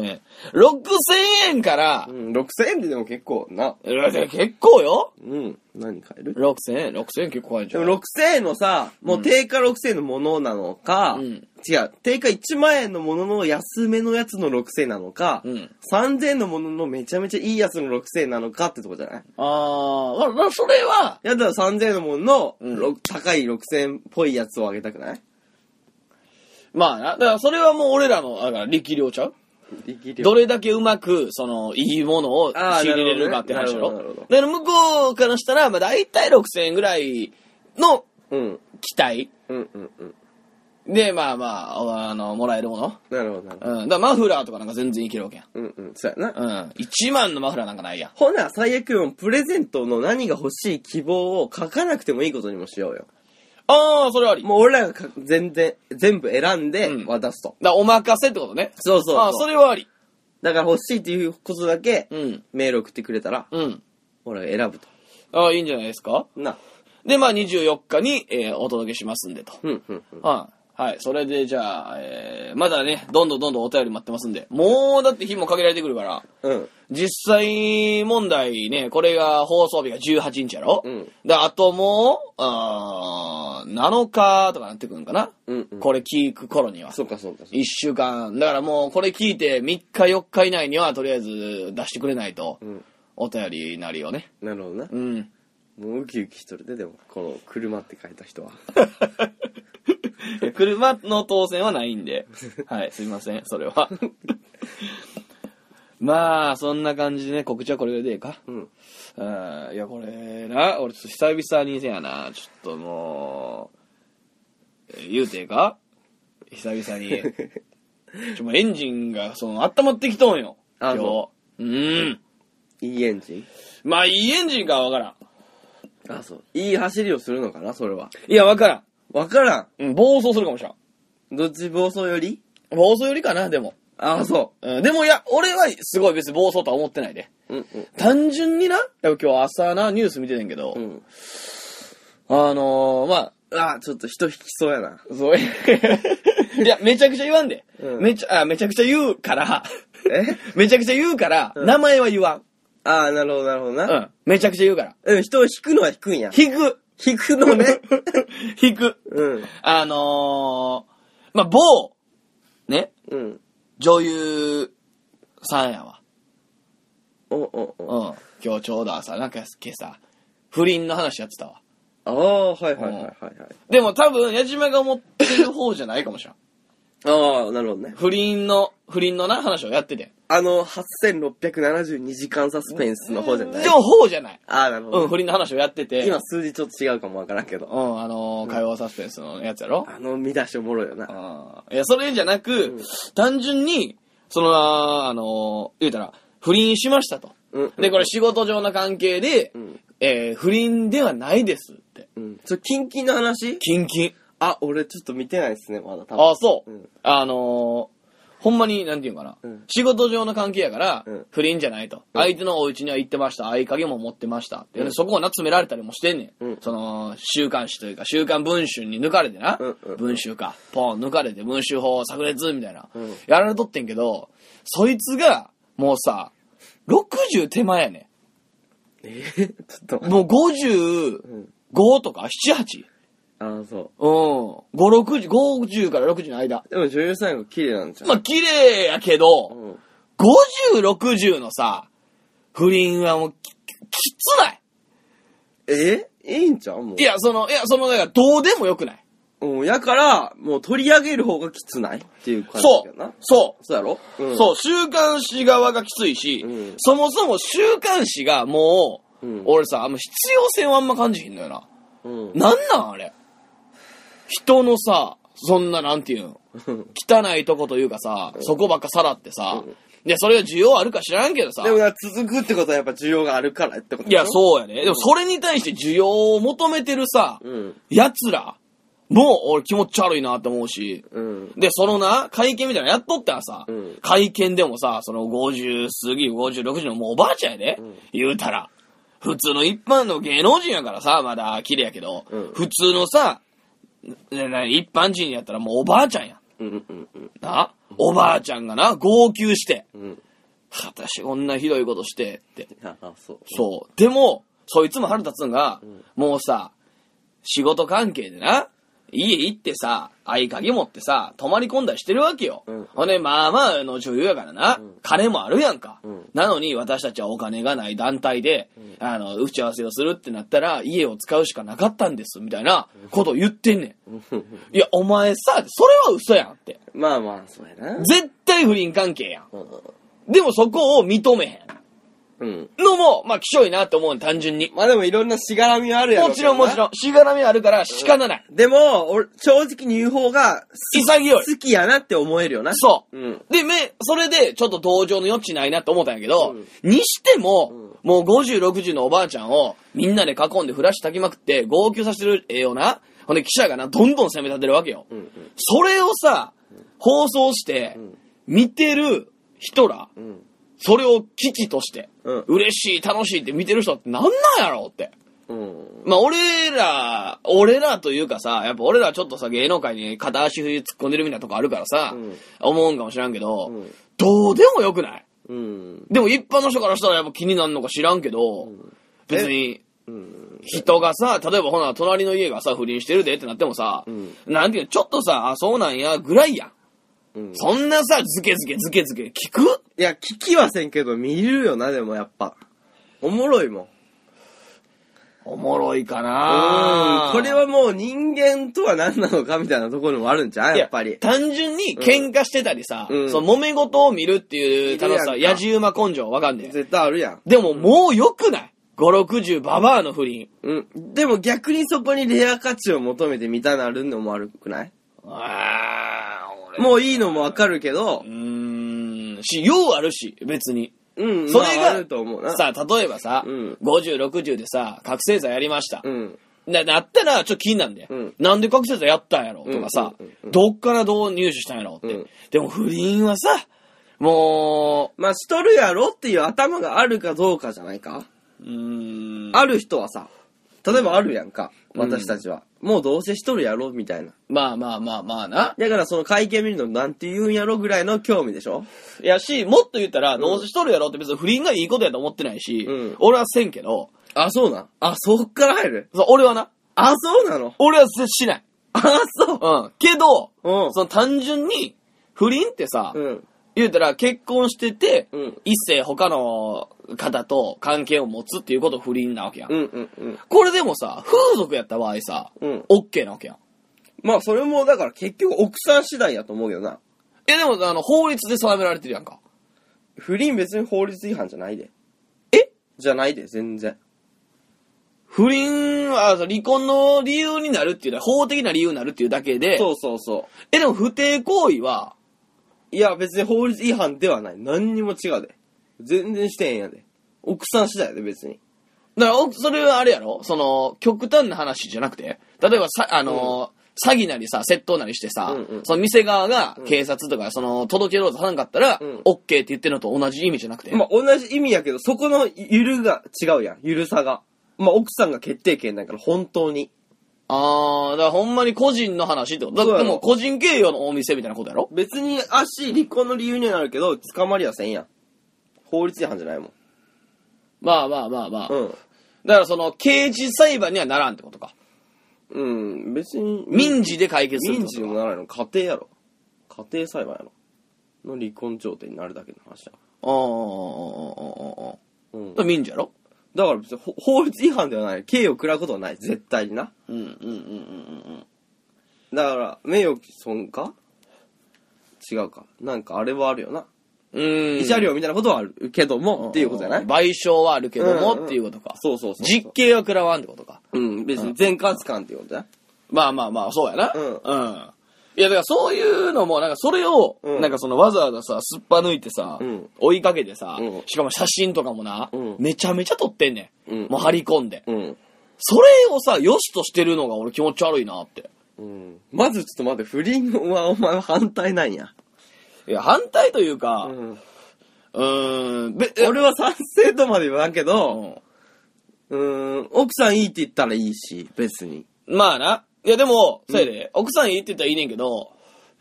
Speaker 1: 6000円。6000円から
Speaker 2: う、ん、6000円ってでも結構な。
Speaker 1: うわで結構よ
Speaker 2: うん。何買える
Speaker 1: !6000 円 ?6000 円結構高いんじ
Speaker 2: で
Speaker 1: ゃ
Speaker 2: も
Speaker 1: ん。
Speaker 2: 6000円のさ、もう定価6000円のものなのか、
Speaker 1: うん
Speaker 2: 違う、定価1万円のものの安めのやつの6000円なのか、
Speaker 1: うん
Speaker 2: 3000円のもののめちゃめちゃいいやつの6000円なのかってとこじゃない
Speaker 1: あー、まあまあ、それは、
Speaker 2: やったら3000円のものの、
Speaker 1: うん
Speaker 2: ろ高い6000円っぽいやつをあげたくない
Speaker 1: まあな、だからそれはもう俺らの、だから力量ちゃうどれだけうまく、その、いいものを仕
Speaker 2: あー
Speaker 1: 入れれるかって話だろ。
Speaker 2: な
Speaker 1: だ
Speaker 2: るほどね
Speaker 1: から向こうからしたら、まあ大体6000円ぐらいの
Speaker 2: うん。
Speaker 1: 期待
Speaker 2: うんうんうん。
Speaker 1: で、まあまあ、あの、もらえるもの。
Speaker 2: なるほどなるほど。
Speaker 1: うん。だからマフラーとかなんか全然いけるわけやん。
Speaker 2: うんうん。そうやな。
Speaker 1: うん。1万のマフラーなんかないやん。
Speaker 2: ほな、最悪よ、プレゼントの何が欲しい希望を書かなくてもいいことにもしようよ。
Speaker 1: あー、それあり。
Speaker 2: もう俺らがか全然、全部選んで
Speaker 1: うん
Speaker 2: 渡すと。
Speaker 1: だからお任せってことね。
Speaker 2: そうそうそう
Speaker 1: あ、それはあり。
Speaker 2: だから欲しいっていうことだけ、
Speaker 1: うん。
Speaker 2: メール送ってくれたら、
Speaker 1: うん。
Speaker 2: 俺が選ぶと。
Speaker 1: あいいんじゃないですか。
Speaker 2: な。
Speaker 1: で、まあ、24日に、えーお届けしますんでと。
Speaker 2: うん、うん、
Speaker 1: はい。はい。それで、じゃあ、えーまだね、どんどんどんどんお便り待ってますんで。もう、だって日も限られてくるから。
Speaker 2: うん。
Speaker 1: 実際問題ね、これが放送日が18日やろ
Speaker 2: うん
Speaker 1: で、あともう、あー7日とかなってくるんかな、
Speaker 2: うんうん
Speaker 1: これ聞く頃には。
Speaker 2: そうかそうかそう
Speaker 1: 1
Speaker 2: か
Speaker 1: 週間。だからもうこれ聞いて3日4日以内にはとりあえず出してくれないと、
Speaker 2: うん
Speaker 1: お便りなりよね。
Speaker 2: なるほどな
Speaker 1: うん。
Speaker 2: もうウキウキしとるででもこの「車」って書いた人は
Speaker 1: *laughs* 車の当選はないんで。はい、すいません、それは。 *laughs* まあ、そんな感じでね、告知はこれでいいか。
Speaker 2: うん *laughs*
Speaker 1: うんいや、これな、俺ちょっと久々にせやな、ちょっともう、えー言うてえか久々に。ちょ、もうエンジンが、その、温まってきとんよ。
Speaker 2: あ
Speaker 1: 今日
Speaker 2: そ。
Speaker 1: うん。
Speaker 2: いいエンジン
Speaker 1: まあ、いいエンジンかはわからん。
Speaker 2: あそういい走りをするのかなそれはい
Speaker 1: や、わから
Speaker 2: わから
Speaker 1: ん。うん、暴走するかもしれん。
Speaker 2: んどっち暴走より
Speaker 1: 暴走よりかな、でも。
Speaker 2: あそ
Speaker 1: うん、でもいや、俺はすごい別に暴走とは思ってないで。
Speaker 2: ううんうん
Speaker 1: 単純にな、やっぱ今日朝な、ニュース見ててんけど、
Speaker 2: うん
Speaker 1: あのー、まあ、
Speaker 2: あちょっと人引きそうやな
Speaker 1: そう。 *laughs* いや、めちゃくちゃ言わんで。
Speaker 2: うん
Speaker 1: めちゃ、あ、めちゃくちゃ言うから、
Speaker 2: え
Speaker 1: *laughs* めちゃくちゃ言うから、
Speaker 2: うん
Speaker 1: 名前は言わん。
Speaker 2: ああなるほどなるほど
Speaker 1: う。
Speaker 2: なん
Speaker 1: めちゃくちゃ言うから。
Speaker 2: うん人を引くのは引くんや
Speaker 1: 引く。 *laughs*
Speaker 2: 引くのね
Speaker 1: 引く。
Speaker 2: *laughs* うん
Speaker 1: あのー、まあ、某、ね、
Speaker 2: うん
Speaker 1: 女優さんやわ。
Speaker 2: おお
Speaker 1: う
Speaker 2: お
Speaker 1: ん。今日ちょうど朝、なんか今朝、不倫の話やってたわ。
Speaker 2: ああはいはいはいはいはい
Speaker 1: でも多分、矢島が思ってる方じゃないかもしれん。
Speaker 2: ああなるほどね
Speaker 1: 不倫の、不倫のな話をやってて。
Speaker 2: あの、8672時間サスペンスの方じゃない
Speaker 1: 情報じゃない。
Speaker 2: ああ、なるほ
Speaker 1: う
Speaker 2: ど。
Speaker 1: ん、不倫の話をやってて。
Speaker 2: 今数字ちょっと違うかもわからんけど。
Speaker 1: うん、あのー、会話サスペンスのやつやろ。
Speaker 2: あの見出しおもろいよ
Speaker 1: う
Speaker 2: な。
Speaker 1: ん。いや、それじゃなく、単純に、その、あのー、言うたら、不倫しましたと。
Speaker 2: うん。
Speaker 1: で、これ仕事上の関係で、
Speaker 2: うん。
Speaker 1: えー不倫ではないですって。
Speaker 2: うん。それ、キンキンの話
Speaker 1: キンキン。
Speaker 2: あ、俺ちょっと見てないですね、まだ多分。
Speaker 1: あ、そう。
Speaker 2: うん
Speaker 1: あのー、ほんまに、なんていうんかな、
Speaker 2: うん
Speaker 1: 仕事上の関係やから、
Speaker 2: うん
Speaker 1: 不倫じゃないと。相手のお家には行ってました。合鍵も持ってました。で
Speaker 2: うん
Speaker 1: そこをな、詰められたりもしてんねん。
Speaker 2: うん
Speaker 1: その、週刊誌というか、週刊文春に抜かれてな。
Speaker 2: うんうん
Speaker 1: 文春か。ポン、抜かれて、文春法炸裂みたいな、
Speaker 2: うん
Speaker 1: やられとってんけど、そいつが、もうさ、60手前やね
Speaker 2: えー *laughs* ちょっ
Speaker 1: ん。
Speaker 2: と。
Speaker 1: もう55
Speaker 2: うん。
Speaker 1: とか、7、8?
Speaker 2: ああ、そ
Speaker 1: うん。5、6、50から60の間。
Speaker 2: う。でも女優さんが綺麗なんじゃん。
Speaker 1: まあ、綺麗やけど、
Speaker 2: うん。
Speaker 1: 50、60のさ、不倫はもうき、きつない
Speaker 2: えいいんちゃうもう。
Speaker 1: い。や、その、いや、その、だから、どうでもよくない
Speaker 2: うん。やから、もう取り上げる方がきつないっていう感じ
Speaker 1: そ
Speaker 2: だ
Speaker 1: う
Speaker 2: な。。
Speaker 1: そう。
Speaker 2: そうやろうん
Speaker 1: そう、週刊誌側がきついし、
Speaker 2: うん
Speaker 1: そもそも週刊誌がもう、
Speaker 2: うん
Speaker 1: 俺さ、あんま必要性はあんま感じひんのよな。
Speaker 2: う。うん。
Speaker 1: なんなんあれ。人のさ、そんな、なんていうの、汚いとこというかさ、そこばっかさらってさ、
Speaker 2: うん
Speaker 1: いや、それが需要あるか知らんけどさ、
Speaker 2: でもな、続くってことはやっぱ需要があるからってこと
Speaker 1: いや、
Speaker 2: う。
Speaker 1: そうやね。でも、それに対して需要を求めてるさ、
Speaker 2: うん。
Speaker 1: 奴らも、俺気持ち悪いなって思うし。
Speaker 2: うん。
Speaker 1: で、そのな、会見みたいなのやっとったらさ、
Speaker 2: うん
Speaker 1: 会見でもさ、その50過ぎ、50、60のもうおばあちゃんやで、
Speaker 2: ん
Speaker 1: 言うたら。普通の一般の芸能人やからさ、まだ綺麗やけど、
Speaker 2: うん
Speaker 1: 普通のさ、ねね一般人やったらもうおばあちゃんや。
Speaker 2: うんうんうん
Speaker 1: な、おばあちゃんがな、号泣して、
Speaker 2: うん。
Speaker 1: 私こんなひどいことして、って。
Speaker 2: ああ、そう。
Speaker 1: そう。でも、そいつも腹立つんが、
Speaker 2: ん
Speaker 1: もうさ、仕事関係でな、家行ってさ、合鍵持ってさ、泊まり込んだりしてるわけよ。
Speaker 2: うん
Speaker 1: ほんで、まあまあの女優やからな、金もあるやんか。
Speaker 2: うん
Speaker 1: なのに、私たちはお金がない団体で、あの、打ち合わせをするってなったら、家を使うしかなかったんです、みたいなことを言ってんねん。いや、お前さ、それは嘘やんって。
Speaker 2: まあまあ、そうやな。
Speaker 1: 絶対不倫関係やん。でもそこを認めへん。
Speaker 2: うん。
Speaker 1: のも、まあ、きしょいなって思うねん単純に。
Speaker 2: まあでもいろんなしがらみはあるやろ
Speaker 1: もちろんもちろ
Speaker 2: ん。
Speaker 1: ん。しがらみあるから仕方ない。
Speaker 2: でも、俺、正直に言う方が、
Speaker 1: 潔い。
Speaker 2: 好きやなって思えるよな。
Speaker 1: そう。
Speaker 2: うん。
Speaker 1: で、め、それで、ちょっと同情の余地ないなって思ったんやけど、
Speaker 2: う
Speaker 1: にしても、もう50、60のおばあちゃんを、みんなで囲んでフラッシュ焚きまくって、号泣させてるええよな。ほんで、記者がな、どんどん攻め立てるわけよ。
Speaker 2: うん。
Speaker 1: それをさ、放送して
Speaker 2: ん、
Speaker 1: 見てる人ら、
Speaker 2: うん。
Speaker 1: それを危機として、
Speaker 2: うん
Speaker 1: 嬉しい、楽しいって見てる人ってなんなんやろうって。
Speaker 2: うん。
Speaker 1: まあ、俺ら、俺らというかさ、やっぱ俺らちょっとさ、芸能界に片足冬突っ込んでるみたいなとこあるからさ、
Speaker 2: うん
Speaker 1: 思うんかもしらんけど、
Speaker 2: うん
Speaker 1: どうでもよくない
Speaker 2: うん。
Speaker 1: でも一般の人からしたらやっぱ気になるのか知らんけど、別に、
Speaker 2: うん。
Speaker 1: 人がさ、例えばほな、隣の家がさ、不倫してるでってなってもさ、
Speaker 2: うん
Speaker 1: なんていうの、ちょっとさ、あ、そうなんや、ぐらいやん。
Speaker 2: うん
Speaker 1: そんなさ、ズケズケズケズケ、聞く
Speaker 2: いや、聞きはせんけど、見るよな、でもやっぱ。おもろいもん。
Speaker 1: おもろいか
Speaker 2: うん
Speaker 1: な。
Speaker 2: これはもう人間とは何なのかみたいなところもあるんじゃん
Speaker 1: い
Speaker 2: やっぱり。
Speaker 1: 単純に喧嘩してたりさ、
Speaker 2: うん
Speaker 1: その揉め事を見るっていう楽しさ、
Speaker 2: いる
Speaker 1: や
Speaker 2: やんか
Speaker 1: じ馬根性わかんねえ。
Speaker 2: 絶対あるやん。
Speaker 1: でももう良くない ?5、60ババアの不倫。
Speaker 2: うん。でも逆にそこにレア価値を求めてみたなるのも悪くない
Speaker 1: あー俺
Speaker 2: もういいのもわかるけど
Speaker 1: う、ーん、し、ようあるし、別に。
Speaker 2: うん。
Speaker 1: それ
Speaker 2: まああ
Speaker 1: が
Speaker 2: ると思うな。
Speaker 1: さあ、例えばさ、
Speaker 2: うん
Speaker 1: 50、60でさ、覚醒剤やりました。
Speaker 2: うん。
Speaker 1: な、なったら、ちょっと気になんだよ。
Speaker 2: うん
Speaker 1: なんで覚醒剤やったんやろとかさ、
Speaker 2: うんうん
Speaker 1: どっからどう入手したんやろって。
Speaker 2: うん
Speaker 1: でも不倫はさ、も
Speaker 2: まあ、しとるやろっていう頭があるかどうかじゃないか
Speaker 1: う、うーん。
Speaker 2: ある人はさ、例えばあるやんか。私たちは。もうどうせしとるやろみたいな。
Speaker 1: まあまあまあまあな。
Speaker 2: だからその会見見るのなんて言うんやろぐらいの興味でしょ
Speaker 1: いやし、もっと言ったら、どうせしとるやろって別に不倫がいいことやと思ってないし、
Speaker 2: うん
Speaker 1: 俺はせんけど、
Speaker 2: あ、そうなん。あ、そっから入る。
Speaker 1: そう俺はな、
Speaker 2: あ、そうなの。
Speaker 1: 俺はせしない。
Speaker 2: あ、そう。
Speaker 1: うん。けど、
Speaker 2: うん
Speaker 1: その単純に、不倫ってさ、
Speaker 2: うん。
Speaker 1: 言うたら結婚してて、
Speaker 2: うん
Speaker 1: 一世他の方と関係を持つっていうこと不倫なわけやん。
Speaker 2: うんうんうん。
Speaker 1: これでもさ、風俗やった場合さ、
Speaker 2: うん
Speaker 1: オッケーなわけやん。
Speaker 2: まあ、それも、だから結局奥さん次第やと思うけどな。
Speaker 1: いやでも、あの、法律で定められてるやんか。
Speaker 2: 不倫別に法律違反じゃないで。
Speaker 1: え
Speaker 2: じゃないで、全然。
Speaker 1: 不倫は、あの離婚の理由になるっていうのは、法的な理由になるっていうだけで、
Speaker 2: そうそうそ
Speaker 1: え、でも不貞行為は、
Speaker 2: う。いや、別に法律違反ではない。何にも違うで。全然してへんやで。奥さん次第やで、別に。
Speaker 1: だから、おそれはあれやろその、極端な話じゃなくて、例えばさ、あのー、詐欺なりさ、窃盗なりしてさ、
Speaker 2: うんうん
Speaker 1: その店側が警察とか、その、届けろとさなかったら、
Speaker 2: うん
Speaker 1: オッケーって言ってるのと同じ意味じゃなくて。
Speaker 2: まあ、同じ意味やけど、そこのゆるが違うやん。ゆるさが。まあ、奥さんが決定権だから、本当に。
Speaker 1: あー、だからほんまに個人の話ってこと。だ
Speaker 2: そう
Speaker 1: っ
Speaker 2: や
Speaker 1: て
Speaker 2: ろ
Speaker 1: もう個人経営のお店みたいなことやろ
Speaker 2: 別に足離婚の理由にはなるけど捕まりはせんやん法律違反じゃないもん
Speaker 1: まあまあまあまあ。
Speaker 2: うん
Speaker 1: だからその、刑事裁判にはならんってことか。
Speaker 2: うん別に
Speaker 1: 民事で解決するって
Speaker 2: 民
Speaker 1: こ
Speaker 2: 事
Speaker 1: と
Speaker 2: に
Speaker 1: か。
Speaker 2: もならないの家庭やろ家庭裁判やろの離婚調停になるだけの話や
Speaker 1: あーあーあーあーあーあ
Speaker 2: うん
Speaker 1: ー、民事やろ
Speaker 2: だから別にほ法律違反ではない刑を食らうことはない絶対にな
Speaker 1: うんうんうんうんうん
Speaker 2: だから名誉毀損か違うかなんかあれはあるよな
Speaker 1: うん。うん。
Speaker 2: 慰謝料みたいなことはあるけどもっていうことじゃない
Speaker 1: 賠償はあるけど
Speaker 2: うんう
Speaker 1: も
Speaker 2: ん
Speaker 1: っていうことか。
Speaker 2: そうそうそうそう
Speaker 1: 実刑は食らわんってことか。
Speaker 2: うん別に全括感っていうことじゃない
Speaker 1: まあまあまあ、そうやな。
Speaker 2: うん
Speaker 1: んいや、だからそういうのも、なんかそれを、
Speaker 2: うん
Speaker 1: なんかそのわざわざさ、すっぱ抜いてさ、
Speaker 2: うん
Speaker 1: 追いかけてさ、
Speaker 2: うん
Speaker 1: しかも写真とかもな、
Speaker 2: うん
Speaker 1: めちゃめちゃ撮ってんねん。
Speaker 2: うん
Speaker 1: もう張り込んで。
Speaker 2: うん
Speaker 1: それをさ、良しとしてるのが俺気持ち悪いなって。
Speaker 2: うんまずちょっと待って、不倫はお前は反対なんや。
Speaker 1: いや、反対というか、
Speaker 2: ん。
Speaker 1: うーん、べ
Speaker 2: 俺は賛成とまで言わんけ
Speaker 1: う
Speaker 2: ど、
Speaker 1: ん
Speaker 2: うん、奥さんいいって言ったらいいし、別に。
Speaker 1: まあな。いやでも、そうやで、奥さんいいって言ったらいいねんけど、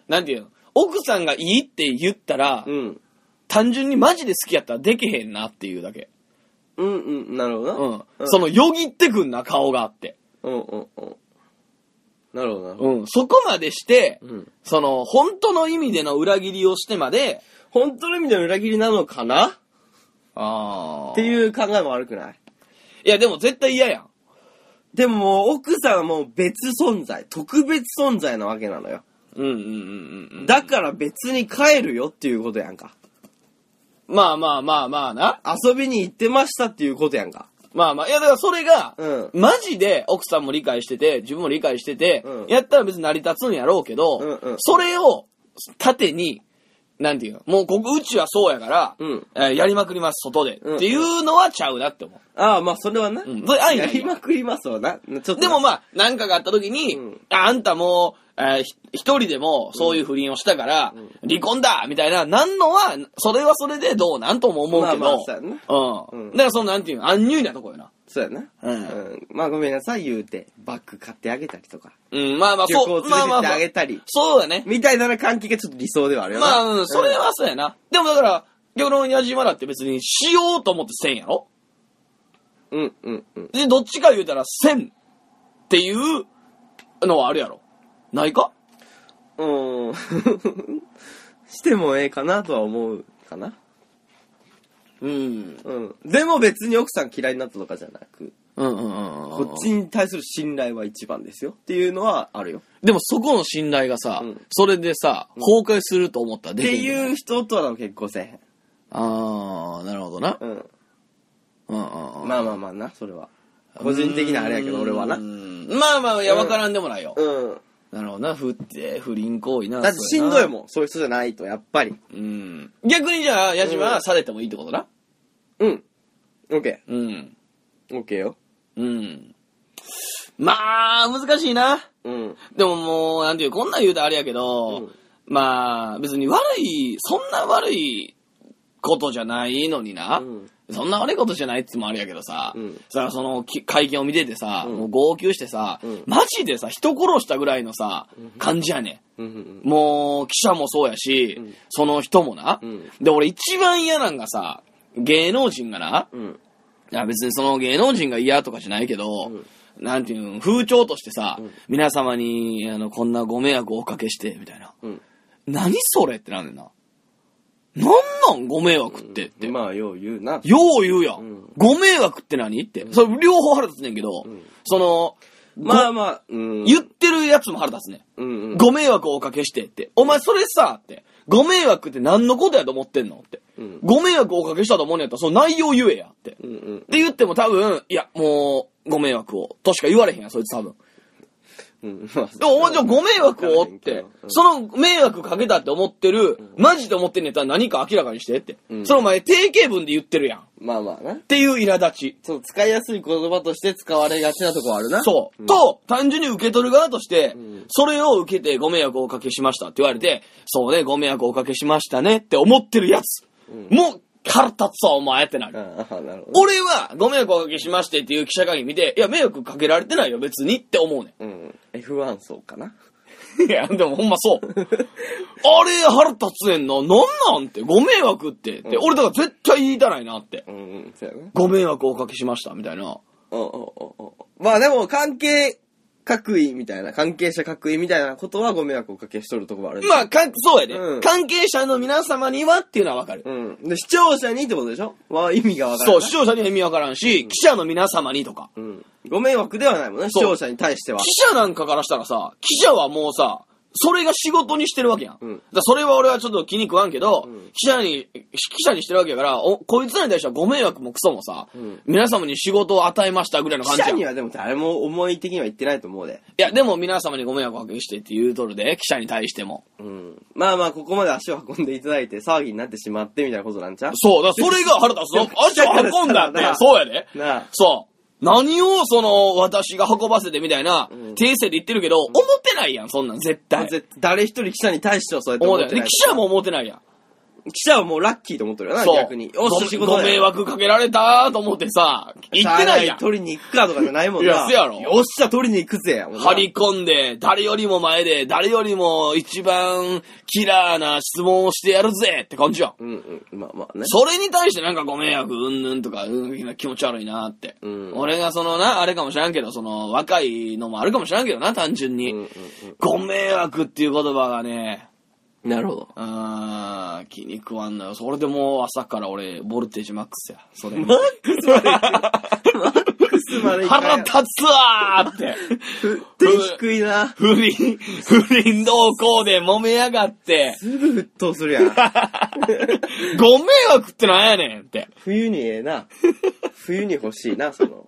Speaker 1: なんていうの奥さんがいいって言ったら、
Speaker 2: ん。
Speaker 1: 単純にマジで好きやったらできへんなっていうだけ。
Speaker 2: うんうん、なるほ
Speaker 1: う
Speaker 2: ど
Speaker 1: ん
Speaker 2: な。。うん、
Speaker 1: その、よぎってくんな、顔があって。
Speaker 2: うんうんうん。なるほどな。
Speaker 1: うん。そこまでして、
Speaker 2: うん。
Speaker 1: その、本当の意味での裏切りをしてまで、
Speaker 2: 本当の意味での裏切りなのかなっ
Speaker 1: あ
Speaker 2: て
Speaker 1: っていう。
Speaker 2: いう考えも悪くない
Speaker 1: いや、でも絶対嫌やん。
Speaker 2: でももう奥さんはもう別存在、特別存在なわけなのよ。
Speaker 1: うんうんうんうん。
Speaker 2: だから別に帰るよっていうことやんか。
Speaker 1: まあまあまあまあな。
Speaker 2: 遊びに行ってましたっていうことやんか。
Speaker 1: まあまあ。いや、だからそれが、
Speaker 2: うん。
Speaker 1: マジで奥さんも理解してて、自分も理解してて、
Speaker 2: うん
Speaker 1: やったら別に成り立つんやろうけど、
Speaker 2: うんうん
Speaker 1: それを縦に、なんていうの、もうここ、うちはそうやから、
Speaker 2: うん
Speaker 1: えーやりまくります、外で、
Speaker 2: うん
Speaker 1: っていうのはちゃうなって思
Speaker 2: ああ、まあそれはな。
Speaker 1: う。うん。それ愛な
Speaker 2: や
Speaker 1: い
Speaker 2: りまくりますわな。ちょっと。
Speaker 1: でもまあ、なんかがあった時に、
Speaker 2: うん
Speaker 1: ああんたもう、えーひ一人でもそういう不倫をしたから、離婚だみたいな、なんのは、それはそれでどうなんとも思うけど、
Speaker 2: まあまあそうやな
Speaker 1: うん。
Speaker 2: うん
Speaker 1: だからその、なんていうの、安入なとこよな。
Speaker 2: そうやな。
Speaker 1: うん
Speaker 2: まあごめんなさい言うて、バッグ買ってあげたりとか、
Speaker 1: うん、まあまあ、
Speaker 2: 旅
Speaker 1: そ
Speaker 2: 行
Speaker 1: う、
Speaker 2: 連
Speaker 1: まあまあ
Speaker 2: れて
Speaker 1: ま
Speaker 2: って
Speaker 1: あ
Speaker 2: あ、げたり、
Speaker 1: そうだね。
Speaker 2: みたいな関係がちょっと理想ではあるよな。
Speaker 1: まあ、うん、それはそうやな。でもだから、逆の矢島だって別にしようと思ってせんやろ
Speaker 2: ううんうんうん
Speaker 1: で、どっちか言うたら、1000っていうのはあるやろ。ないか
Speaker 2: うん *laughs* してもええかなとは思うかな
Speaker 1: うん。
Speaker 2: うんでも別に奥さん嫌いになったとかじゃなく
Speaker 1: うんうんうんうん。
Speaker 2: こっちに対する信頼は一番ですよっていうのはあるよ
Speaker 1: でもそこの信頼がさ、
Speaker 2: うん
Speaker 1: それでさ、崩壊すると思ったら
Speaker 2: っ
Speaker 1: で
Speaker 2: て
Speaker 1: きんよ
Speaker 2: いう人とは結構せえへん
Speaker 1: ああ、なるほどな。
Speaker 2: うん
Speaker 1: うんうんうん。
Speaker 2: まあまあまあなそれは個人的なあれやけど俺はな
Speaker 1: う
Speaker 2: うん
Speaker 1: んまあまあ、いや、
Speaker 2: うん
Speaker 1: わからんでもないよ。なるほどな。ふって、不倫行為な。
Speaker 2: だってしんどい
Speaker 1: ん。
Speaker 2: もんそういう人じゃないとやっぱり
Speaker 1: うん。逆にじゃあ、矢島
Speaker 2: う
Speaker 1: は
Speaker 2: ん
Speaker 1: されてもいいってことな。
Speaker 2: うんオッケ
Speaker 1: うん。
Speaker 2: ーオッケーよ
Speaker 1: うん。まあ、難しいな。
Speaker 2: うん
Speaker 1: でももう、なんていう、こんなん言うとあれやけど、
Speaker 2: うん
Speaker 1: まあ、別に悪い、そんな悪いことじゃないのにな。
Speaker 2: うん
Speaker 1: そんな悪いことじゃないっつもあれやけどさ、
Speaker 2: うん
Speaker 1: さそのき会見を見ててさ、
Speaker 2: うん
Speaker 1: もう号泣してさ、
Speaker 2: うん
Speaker 1: マジでさ、人殺したぐらいのさ、感じやね
Speaker 2: うんう
Speaker 1: ん。
Speaker 2: ん
Speaker 1: もう、記者もそうやし、
Speaker 2: うん
Speaker 1: その人もな、
Speaker 2: うん
Speaker 1: で、俺一番嫌なんがさ、芸能人がな、
Speaker 2: うん
Speaker 1: いや別にその芸能人が嫌とかじゃないけど、なんていうん、風潮としてさ、皆様に、あの、こんなご迷惑をおかけして、みたいな。
Speaker 2: うん
Speaker 1: 何それってなんねんな。なんなんご迷惑ってって。
Speaker 2: でまあよう言うな
Speaker 1: よう言うやん。
Speaker 2: うん
Speaker 1: ご迷惑って何って。それ両方腹立つねんけど、
Speaker 2: ん
Speaker 1: その、
Speaker 2: まあ
Speaker 1: ご
Speaker 2: まあうん
Speaker 1: 言ってるやつも腹立つねん。
Speaker 2: うんうん
Speaker 1: ご迷惑をおかけしてって。お前それさ、って。ご迷惑って何のことやと思ってんのって。
Speaker 2: うん
Speaker 1: ご迷惑をおかけしたと思うんやったら、その内容言えやって。
Speaker 2: うんうん
Speaker 1: って言っても多分、いや、もう、ご迷惑を。としか言われへんやん、そいつ多分。
Speaker 2: うんまあ
Speaker 1: でも、お前じゃあご迷惑をって、
Speaker 2: うん
Speaker 1: その迷惑かけたって思ってる、マジで思ってんねやったら何か明らかにしてって。
Speaker 2: うん
Speaker 1: それお前、定型文で言ってるやん。っ
Speaker 2: まあまあな
Speaker 1: ていう苛立ち。
Speaker 2: そう使いやすい言葉として使われがちなとこはあるな
Speaker 1: そう。
Speaker 2: ん
Speaker 1: と、単純に受け取る側として、
Speaker 2: ん
Speaker 1: それを受けてご迷惑をおかけしましたって言われて、そうね、ご迷惑をおかけしましたねって思ってるやつ。もう、腹立つわ、お前ってなる。
Speaker 2: ああなるほど
Speaker 1: 俺は、ご迷惑をおかけしましてっていう記者会見見て、いや、迷惑かけられてないよ、別にって思うねん。
Speaker 2: うん F1 層かない
Speaker 1: や、でもほんまそう。あれ腹立つねんな。なんなんて、ご迷惑って。って俺だから絶対言いたないなって。
Speaker 2: うんうんそうやな
Speaker 1: ご迷惑をおかけしました、みたいな。
Speaker 2: おうおうおうおうまあでも関係各位みたいな関係者各位みたいなことはご迷惑をおかけしとるとこはある
Speaker 1: まあ、かん、そうやで、
Speaker 2: うん
Speaker 1: 関係者の皆様にはっていうのはわかる。
Speaker 2: うんで視聴者にってことでしょは意味がわからな
Speaker 1: そ、
Speaker 2: いう
Speaker 1: 視聴者には意味わからんし、記者の皆様にとか。
Speaker 2: うん、ご迷惑ではないもんね視
Speaker 1: そう
Speaker 2: 聴者に対しては
Speaker 1: 記者なんかからしたらさ、記者はもうさ、それが仕事にしてるわけやん。
Speaker 2: うん
Speaker 1: だからそれは俺はちょっと気に食わんけど、
Speaker 2: ん
Speaker 1: 記者に、記者にしてるわけやから、お、こいつらに対してはご迷惑もクソもさ、
Speaker 2: ん
Speaker 1: 皆様に仕事を与えましたぐらいの感じ
Speaker 2: 記
Speaker 1: やん。
Speaker 2: 者にはでも誰も思い的には言ってないと思うで
Speaker 1: いや、でも皆様にご迷惑をおかけしてって言うとるで、記者に対しても。
Speaker 2: うんまあまあここまで足を運んでいただいて騒ぎになってしまってみたいなことなんちゃう。
Speaker 1: そう、だからそれが腹立つの
Speaker 2: 記者から
Speaker 1: 足を運んだって、
Speaker 2: したらな
Speaker 1: そうやで。
Speaker 2: なあ
Speaker 1: そう。何をその、私が運ばせてみたいな、訂正で言ってるけど、思ってないやん、そんなん絶対。
Speaker 2: 絶誰一人記者に対してはそうやって
Speaker 1: 思
Speaker 2: 思
Speaker 1: っ
Speaker 2: って
Speaker 1: な
Speaker 2: て
Speaker 1: い
Speaker 2: ない
Speaker 1: で記者も思ってないやん。
Speaker 2: 記者はもうラッキーと思ってるよな
Speaker 1: そう。
Speaker 2: 逆によ
Speaker 1: ご
Speaker 2: し仕事
Speaker 1: ご
Speaker 2: だ
Speaker 1: 迷
Speaker 2: よ
Speaker 1: 惑かけられたと思ってさ、言ってないやん。
Speaker 2: 取りに行くかとかじゃないもんな。
Speaker 1: いやせやろ
Speaker 2: よっしゃ、取りに行くぜ。
Speaker 1: 張り込んで、誰よりも前で、誰よりも一番キラーな質問をしてやるぜって感じやん。
Speaker 2: うんうん。まあまあね。
Speaker 1: それに対してなんかご迷惑うんぬんとか、うん、今気持ち悪いなって。
Speaker 2: うん
Speaker 1: 俺がそのな、あれかもしらんけど、その若いのもあるかもしらんけどな、単純に。
Speaker 2: うんうん
Speaker 1: ご迷惑っていう言葉がね、
Speaker 2: なるほど。
Speaker 1: あー気に食わんのよ。それでもう朝から俺、ボルテージマックスや。それ。
Speaker 2: まで
Speaker 1: 腹立つわーって。 *laughs*
Speaker 2: 手低いな。
Speaker 1: 不倫、不倫同行で揉めやが *laughs* って、
Speaker 2: すぐ沸騰するやん。
Speaker 1: ご迷惑ってなんやねんって。
Speaker 2: 冬にええな。冬に欲しいな、その。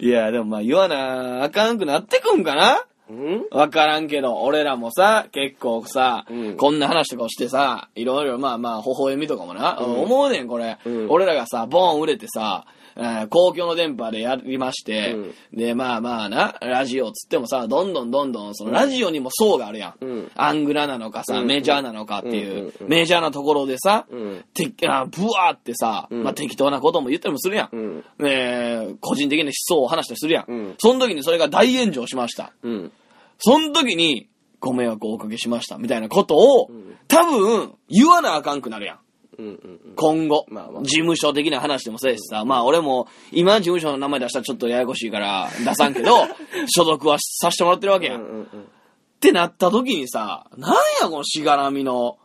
Speaker 1: いや、でもまあ言わなあかんくなってくんかな
Speaker 2: うん
Speaker 1: わからんけど、俺らもさ、結構さ、
Speaker 2: うん
Speaker 1: こんな話とかをしてさ、いろいろまあまあ、微笑みとかもな、
Speaker 2: ん
Speaker 1: 思うねん、これ、
Speaker 2: うん
Speaker 1: 俺らがさ、ボーン売れてさ、えー公共の電波でやりまして、で、まあまあな、ラジオっつってもさ、どんどんどんどん、そのラジオにも層があるやん。
Speaker 2: うん
Speaker 1: アングラなのかさ、
Speaker 2: うん
Speaker 1: メジャーなのかっていう、
Speaker 2: うんうんうん
Speaker 1: メジャーなところでさ、
Speaker 2: うん
Speaker 1: てあブワーってさ、
Speaker 2: ん
Speaker 1: まあ適当なことも言ったりもするやん。
Speaker 2: うん
Speaker 1: えー個人的な思想を話したりするやん。
Speaker 2: うん
Speaker 1: その時にそれが大炎上しました。
Speaker 2: うん。
Speaker 1: その時に、ご迷惑をおかけしました、みたいなことを、多分、言わなあかんくなるやん。
Speaker 2: うんうん
Speaker 1: 今後、
Speaker 2: まあまあ
Speaker 1: 事務所的な話でもそうやしさ、まあ俺も、今事務所の名前出したらちょっとややこしいから出さんけど、
Speaker 2: *laughs*
Speaker 1: 所属はさせてもらってるわけ
Speaker 2: う
Speaker 1: や、
Speaker 2: ん
Speaker 1: ん。っ
Speaker 2: うんうん
Speaker 1: てなった時にさ、なんやこのしがらみの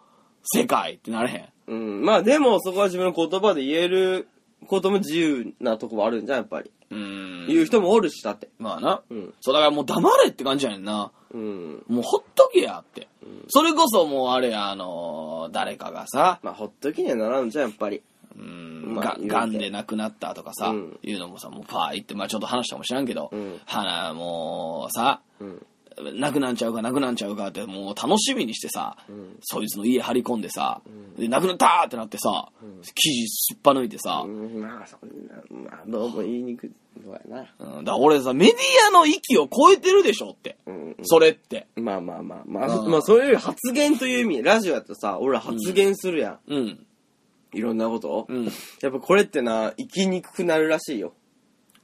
Speaker 1: 世界ってなれへん。
Speaker 2: うんまあでもそこは自分の言葉で言えることも自由なとこもあるんじゃんやっぱり、
Speaker 1: うーん。
Speaker 2: 言う人もおるしだって
Speaker 1: まあな。
Speaker 2: うん
Speaker 1: そうだからもう黙れって感じやねんな。
Speaker 2: うん
Speaker 1: もうほっとけやって。それこそもうあれや、あのー誰かがさ、
Speaker 2: まあほっときにはならんじゃんやっぱり
Speaker 1: うん、
Speaker 2: まあ
Speaker 1: が
Speaker 2: 言うて
Speaker 1: がんで亡くなったとかさ、
Speaker 2: うん
Speaker 1: いうのもさ、もうパー言って、まあちょっと話したかもしらんけど、
Speaker 2: うん
Speaker 1: 花もうさ、
Speaker 2: うん
Speaker 1: なくなんちゃうかなくなんちゃうかってもう楽しみにしてさ、
Speaker 2: ん
Speaker 1: そいつの家張り込んでさ、でなくなったーってなってさ、記事すっぱ抜いてさ、
Speaker 2: うんまあそんなまあどうも言いにくいのやな
Speaker 1: うん、だから俺さメディアの域を超えてるでしょって、
Speaker 2: うん
Speaker 1: それって
Speaker 2: まあまあまあまあ、
Speaker 1: うん
Speaker 2: まあそれより発言という意味ラジオやとさ俺ら発言するやん、
Speaker 1: うん
Speaker 2: いろんなことを、
Speaker 1: うん
Speaker 2: やっぱこれってな生きにくくなるらしいよ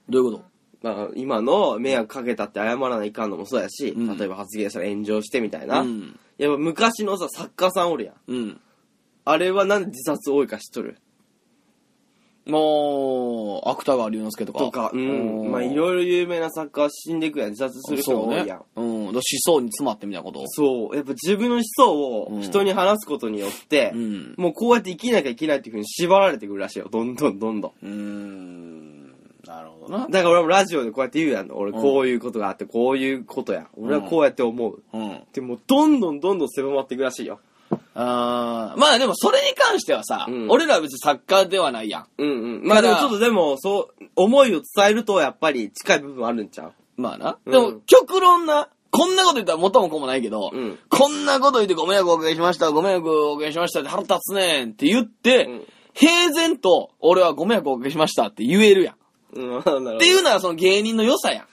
Speaker 1: どういうこ
Speaker 2: まあ、今の迷惑かけたって謝らないかんのもそうやし、
Speaker 1: うん
Speaker 2: 例えば発言したら炎上してみたい
Speaker 1: と
Speaker 2: な、
Speaker 1: うん
Speaker 2: やっぱ昔のさ作家さんおるやん
Speaker 1: うん
Speaker 2: あれはなんで自殺多いか知っとる
Speaker 1: もう芥川龍之介とか
Speaker 2: とか、うん、まあい
Speaker 1: い
Speaker 2: ろいろ有名な作家は死んでいくやん自殺する人が多いやんそう,、
Speaker 1: そうね、うん、思想に詰まってみたいなこと
Speaker 2: やっぱ自分の思想
Speaker 1: うん
Speaker 2: を人に話すことによって、
Speaker 1: うん
Speaker 2: もうこうやって生きなきゃいけないっていうふうに縛られてくるらしいよどんどんどんどん
Speaker 1: うーんなるほどな
Speaker 2: だから俺もラジオでこうやって言うやんの俺こういうことがあってこういうことやん俺はこうやって思う、
Speaker 1: うん
Speaker 2: でもうどんどんどんどん狭まっていくらしいよ
Speaker 1: あーまあでもそれに関してはさ、
Speaker 2: うん
Speaker 1: 俺らは別に作家ではないやん。
Speaker 2: うんうん。まあ
Speaker 1: た
Speaker 2: で
Speaker 1: だ
Speaker 2: もちょっとでも、そう、思いを伝えるとやっぱり近い部分あるんちゃう
Speaker 1: まあな。
Speaker 2: うん
Speaker 1: でも、極論な、こんなこと言ったら元も子もないけど、
Speaker 2: うん
Speaker 1: こんなこと言ってご迷惑おかけしました、ご迷惑おかけしましたって腹立つねんって言って、
Speaker 2: うん
Speaker 1: 平然と俺はご迷惑おかけしましたって言えるやん。っ
Speaker 2: うん、 *laughs* なるほど。
Speaker 1: ていうのはその芸人の良さや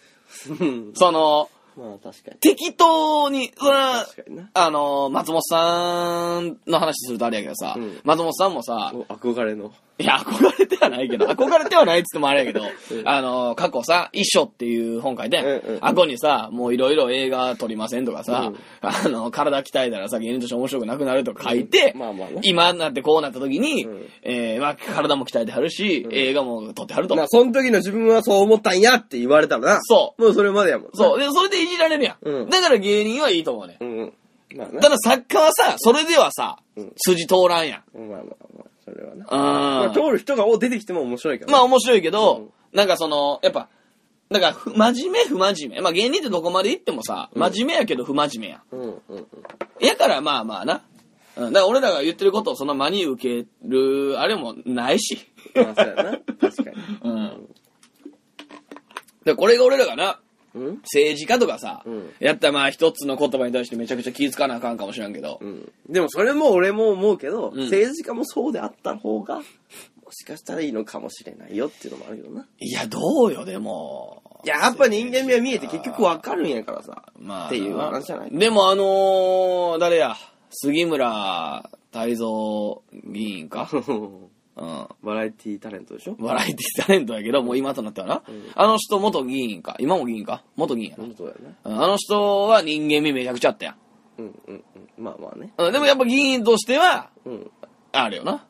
Speaker 1: ん。
Speaker 2: うん。
Speaker 1: その、
Speaker 2: まあ確かに。
Speaker 1: 適当に、それは
Speaker 2: 確かにな。
Speaker 1: あの、松本さんの話するとあれやけどさ、
Speaker 2: うん
Speaker 1: 松本さんもさ、
Speaker 2: お憧れの。
Speaker 1: いや、憧れてはないけど、
Speaker 2: *laughs*
Speaker 1: 憧れてはないっつってもあれやけど、あの、過去さ、一書っていう本書いてん、
Speaker 2: うんうん
Speaker 1: あこにさ、もういろいろ映画撮りませんとかさ、
Speaker 2: うん
Speaker 1: あの、体鍛えたらさ、芸人として面白くなくなるとか書いて、
Speaker 2: うんまあまあね
Speaker 1: 今になってこうなった時に、
Speaker 2: うん
Speaker 1: えーまあ、体も鍛えてはるし、映画も撮ってはると。
Speaker 2: な、その時の自分はそう思ったんやって言われたらな。。
Speaker 1: そう
Speaker 2: もうそれまでやもん。
Speaker 1: そう。で、それでいじられるやん。
Speaker 2: うん
Speaker 1: だから芸人はいいと思うねん。
Speaker 2: う。うんうん。まあな。
Speaker 1: ただ作家はさ、それではさ、
Speaker 2: うん
Speaker 1: 筋通らんやん。
Speaker 2: まあまあまあ、それはな。
Speaker 1: うん。
Speaker 2: まあ、通る人がお出てきても面白いけど。
Speaker 1: まあ
Speaker 2: あ、
Speaker 1: 面白いけど、なんかその、やっぱ、なんか不真面目不真面目。まあ芸人ってどこまで行ってもさ、真面目やけど不真面目や
Speaker 2: うんうんうん。
Speaker 1: ん。やからまあまあな。うん、だから俺らが言ってることをその真に受ける、あれもないし。
Speaker 2: まあそうやな。確かに。
Speaker 1: *laughs* うん。で、これが俺らがな、
Speaker 2: うん
Speaker 1: 政治家とかさ、
Speaker 2: うん
Speaker 1: やったらまあ一つの言葉に対してめちゃくちゃ気ぃつかなあかんかもしらんけど、
Speaker 2: うん。でもそれも俺も思うけど、
Speaker 1: ん
Speaker 2: 政治家もそうであった方が、もしかしたらいいのかもしれないよっていうのもあるよな。
Speaker 1: いや、どうよ、でも。
Speaker 2: いや、やっぱ人間味は見えて結局わかるんやからさ。
Speaker 1: まあ、
Speaker 2: っていう話じゃない
Speaker 1: でもあのー誰や、杉村太蔵議員
Speaker 2: *laughs*
Speaker 1: かうん。
Speaker 2: *laughs* バラエティタレントでしょ
Speaker 1: バラエティタレントやけど、もう今となってはな。あの人元議員か。今も議員か。元議員やな。
Speaker 2: そうだよね。
Speaker 1: うんあの人は人間味めちゃくちゃあったやん。
Speaker 2: うんうんうん。まあまあね。
Speaker 1: うんでもやっぱ議員としては、
Speaker 2: うん。
Speaker 1: あるよな。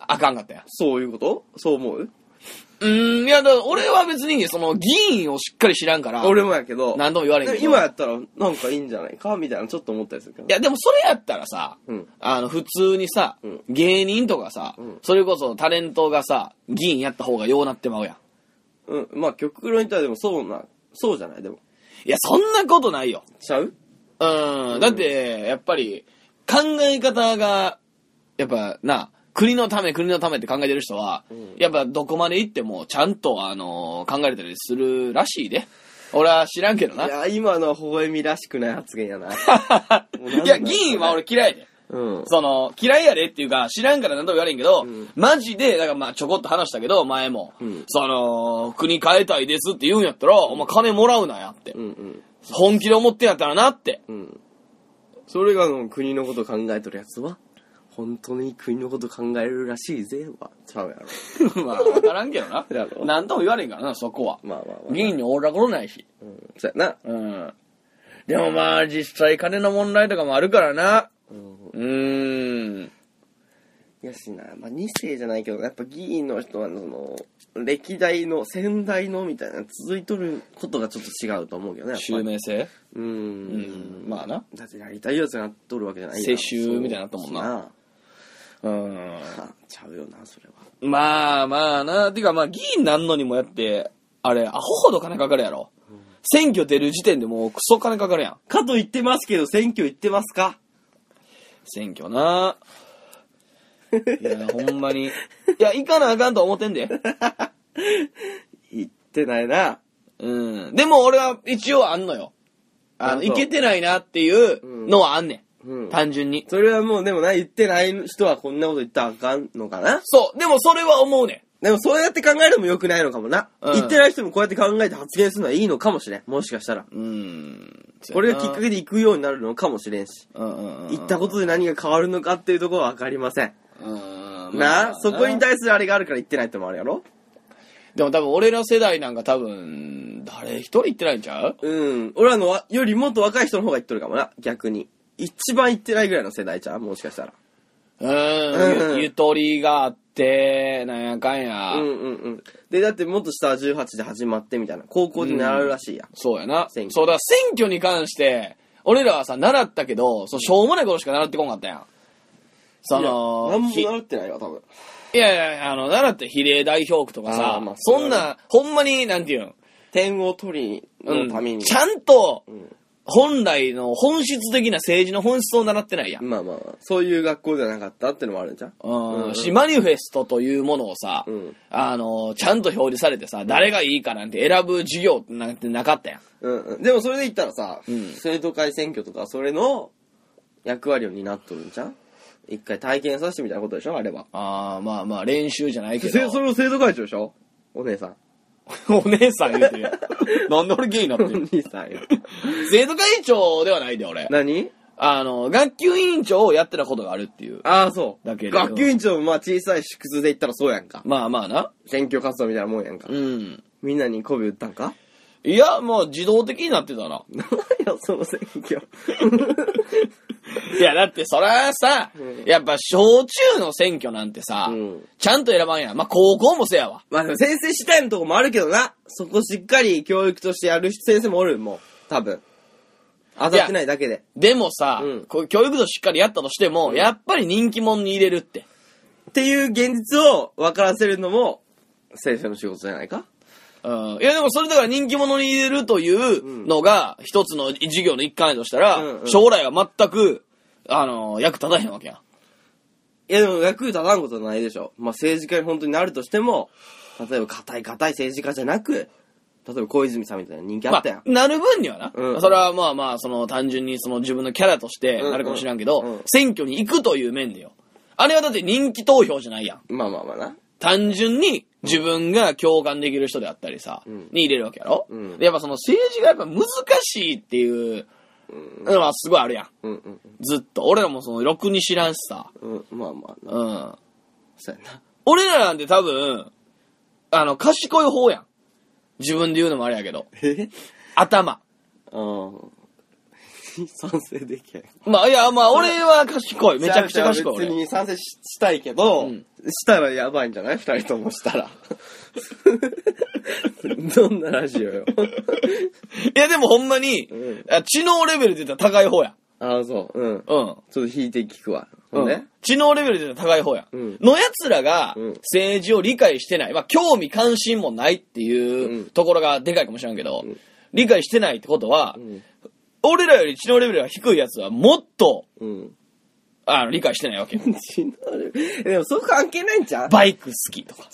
Speaker 1: あかんかったやん。
Speaker 2: そういうことそう思う
Speaker 1: うーん、いや、だから俺は別に、その、議員をしっかり知らんから、
Speaker 2: 俺もやけど。
Speaker 1: 何度も言われんけ
Speaker 2: で
Speaker 1: ど。
Speaker 2: も今やったらなんかいいんじゃないかみたいなちょっと思ったりするけど。
Speaker 1: いや、でもそれやったらさ、
Speaker 2: うん
Speaker 1: あの、普通にさ、
Speaker 2: うん
Speaker 1: 芸人とかさ、
Speaker 2: ん
Speaker 1: それこそタレントがさ、議員やった方がようなってまうやん。
Speaker 2: うん。まあ極論言ったらでもそうな、そうじゃないでも。
Speaker 1: いや、そんなことないよ。
Speaker 2: ちゃう
Speaker 1: うん。だって、やっぱり、考え方が、やっぱな、国のため、国のためって考えてる人は、
Speaker 2: ん
Speaker 1: やっぱどこまで行っても、ちゃんと、あの考えれたりするらしいで。俺は知らんけど
Speaker 2: い
Speaker 1: な。いや、
Speaker 2: や、今のは微笑みらしくない発言や *laughs* な。もう
Speaker 1: *laughs*
Speaker 2: なんだ
Speaker 1: 議員は俺嫌いで。
Speaker 2: うん。
Speaker 1: その、嫌いやでっていうか、知らんから何とも言われんけど、
Speaker 2: ん
Speaker 1: マジで、だからまあちょこっと話したけど、前も、
Speaker 2: うん
Speaker 1: その、国変えたいですって言うんやったら、お前金もらうなやって、
Speaker 2: うんうん。
Speaker 1: 本気で思ってんやったらなって。
Speaker 2: うん。それがあの国のこと考えとるやつは、本当に国のこと考えるらしいぜは、ちゃうや
Speaker 1: *laughs*
Speaker 2: ろ。
Speaker 1: まあ、わからんけど *laughs* な
Speaker 2: や。ろ
Speaker 1: 何とも言われんからな、そこは。
Speaker 2: まあまあまあ。
Speaker 1: 議員におらころないし。
Speaker 2: うん。そうやな。
Speaker 1: うん。でもまあ、実際金の問題とかもあるからな。
Speaker 2: うん。
Speaker 1: うーん。
Speaker 2: いやしな、まあ、2世じゃないけどやっぱ議員の人はその歴代の先代のみたいな続いとることがちょっと違うと思うけどねやっぱ
Speaker 1: 襲
Speaker 2: り
Speaker 1: 名性
Speaker 2: うー
Speaker 1: うんん、まあな。
Speaker 2: だってやりたいやつがとるわけじゃない
Speaker 1: 世襲みたいになったもんなうん。
Speaker 2: そうはちゃうよなそれは
Speaker 1: まあまあな。てかまあ議員なんのにもやって、あれ、アホほど金かかるやろ。選挙出る時点でもうクソ金かかるやん。
Speaker 2: かと言ってますけど選挙行ってますか
Speaker 1: 選挙な。いや、ほんまに。いや、行かなあかんと思ってんで。
Speaker 2: 行ってないな
Speaker 1: うん。でも俺は一応あんのよ。あ
Speaker 2: あ
Speaker 1: の、
Speaker 2: そう
Speaker 1: 行けてないなっていうのはあんね。
Speaker 2: うんん
Speaker 1: 単純に。
Speaker 2: それはもうでもな言ってない人はこんなこと言ったらあかんのかな
Speaker 1: そう。でもそれは思うねん。
Speaker 2: でもそうやって考えるのも良くないのかもな、
Speaker 1: うん
Speaker 2: 言ってない人もこうやって考えて発言するのはいいのかもしれんもしかしたら
Speaker 1: うん。
Speaker 2: これがきっかけで行くようになるのかもしれんし
Speaker 1: うんうんうんうん
Speaker 2: 行ったことで何が変わるのかっていうところは分かりません、
Speaker 1: うん
Speaker 2: なあそこに
Speaker 1: 対
Speaker 2: 対するあれがあるから行ってないってのもあるやろ
Speaker 1: でも多分俺ら世代なんか多分、誰一人行ってないんちゃう
Speaker 2: うん俺らのわよりもっと若い人の方が行っとるかもな逆に一番行ってないぐらいの世代じゃんもしかしたら
Speaker 1: う
Speaker 2: う
Speaker 1: ん
Speaker 2: んうん
Speaker 1: ゆ。ゆとりがあって、なんやかんや。
Speaker 2: うんうんうんでだってもっと下は18で始まってみたいな高校で習うらしいやん、
Speaker 1: そうやな。そう、
Speaker 2: 選
Speaker 1: だ
Speaker 2: 挙
Speaker 1: から選挙に関して、俺らはさ、習ったけど、そうしょうもないことしか習ってこんかったやん。その、
Speaker 2: 何も
Speaker 1: ひ
Speaker 2: 習ってないわ多分
Speaker 1: いやいやいや、あの、習って比例代表区とか
Speaker 2: あー
Speaker 1: さ、
Speaker 2: まあ
Speaker 1: そんな、ほんまに、なんていうん、
Speaker 2: 点を取り
Speaker 1: う
Speaker 2: のために、
Speaker 1: ん、ちゃんと、
Speaker 2: ん
Speaker 1: 本来の本質的な政治の本質を習ってないやん。
Speaker 2: まあまあまあそういう学校じゃなかったってのもあるんじゃん
Speaker 1: う
Speaker 2: うん
Speaker 1: ん、し、マニフェストというものをさ、
Speaker 2: うん
Speaker 1: あの、ちゃんと表示されてさ、誰がいいかなんて選ぶ授業なんてなかったやん。
Speaker 2: うんうんでもそれで言ったらさ、
Speaker 1: うん
Speaker 2: 生徒会選挙とかそれの役割を担っとるんじゃん一回体験させてみたいなことでしょあれは
Speaker 1: ああ、まあまあ、練習じゃないけ
Speaker 2: せ
Speaker 1: ど。
Speaker 2: それを生徒会長でしょお姉さん
Speaker 1: お姉さん言うてるやん。 *laughs* なんで俺ゲイになっ
Speaker 2: *laughs* お
Speaker 1: てる
Speaker 2: 兄さんよ
Speaker 1: 生徒会長ではないで、俺。
Speaker 2: *laughs* 何
Speaker 1: あの、学級委員長をやってたことがあるっていう。
Speaker 2: ああそう
Speaker 1: だけれど
Speaker 2: 学級委員長もまあ小さい縮図で言ったらそうやんか
Speaker 1: まあまあな。
Speaker 2: 選挙活動みたいなもんやんか、
Speaker 1: うん。
Speaker 2: みんなに媚び売ったん *laughs* か
Speaker 1: いや、もう自動的になってたな。
Speaker 2: 何よその選挙
Speaker 1: いや、だってそらさ、やっぱ小中の選挙なんてさ、
Speaker 2: *laughs* うん
Speaker 1: ちゃんと選ばんやん。まあ高校もせやわ。
Speaker 2: まあでも先生次第のとこもあるけどな。そこしっかり教育としてやる先生もおるもん。多分。当たってないだけで。
Speaker 1: でもさ、
Speaker 2: うん
Speaker 1: こう教育度しっかりやったとしても、やっぱり人気者に入れるって。
Speaker 2: っていう現実を分からせるのも、先生の仕事じゃないか
Speaker 1: うん。いやでもそれだから人気者に入れるというのが、一つの授業の一環やとしたら、
Speaker 2: うんうん
Speaker 1: 将来は全く、あの、役立たへんわけやん。
Speaker 2: いやでも役に立たんことはないでしょ。まあ政治家に本当になるとしても、例えば固い固い政治家じゃなく、例えば小泉さんみたいな人気あ
Speaker 1: ま
Speaker 2: ったやん。
Speaker 1: あ、なる分にはな。
Speaker 2: うん
Speaker 1: それはまあまあ、その単純にその自分のキャラとして
Speaker 2: うんうん
Speaker 1: なるかもしれんけど、
Speaker 2: うん
Speaker 1: 選挙に行くという面でよ。あれはだって人気投票じゃないやん。
Speaker 2: まあまあまあな。
Speaker 1: 単純に自分が共感できる人であったりさ、
Speaker 2: ん
Speaker 1: に入れるわけやろ、
Speaker 2: うん
Speaker 1: でやっぱその政治がやっぱ難しいっていうのはすごいあるやん。
Speaker 2: うんうん
Speaker 1: ずっと。俺らもその、ろくに知らんしさ。
Speaker 2: うん。うん、まあまあな。
Speaker 1: うん。
Speaker 2: そうやな。
Speaker 1: 俺らなんて多分、あの、賢い方やん。自分で言うのもあれやけど。
Speaker 2: え
Speaker 1: 頭。
Speaker 2: うん。賛成できへん。
Speaker 1: まあ、いや、まあ、俺は賢
Speaker 2: *laughs*
Speaker 1: い。めちゃくちゃ賢い。
Speaker 2: 別
Speaker 1: 俺
Speaker 2: に賛成ししたいけど、
Speaker 1: うん
Speaker 2: したらやばいんじゃない二人ともしたら。 *laughs* どんなラジオよ。
Speaker 1: いや、でもほんまに、
Speaker 2: うん
Speaker 1: あ知能レベルで言ったら高い方や。
Speaker 2: ああ、そう。うん。
Speaker 1: うん。
Speaker 2: ちょっと引いて聞くわ。
Speaker 1: う
Speaker 2: ほ
Speaker 1: ん
Speaker 2: んで
Speaker 1: 知能レベルで言ったら高い方や。
Speaker 2: うん
Speaker 1: のやつらが
Speaker 2: うん
Speaker 1: 政治を理解してない。まあ、興味関心もないっていう
Speaker 2: うん
Speaker 1: ところがでかいかもしれんけど、理解してないってことは、
Speaker 2: ん
Speaker 1: 俺らより知能レベルが低いやつはもっと、
Speaker 2: うん。
Speaker 1: あの、理解してないわけよ。
Speaker 2: *laughs* 知能レベルでもそう関係ないんちゃう
Speaker 1: バイク好きと
Speaker 2: *laughs*
Speaker 1: か。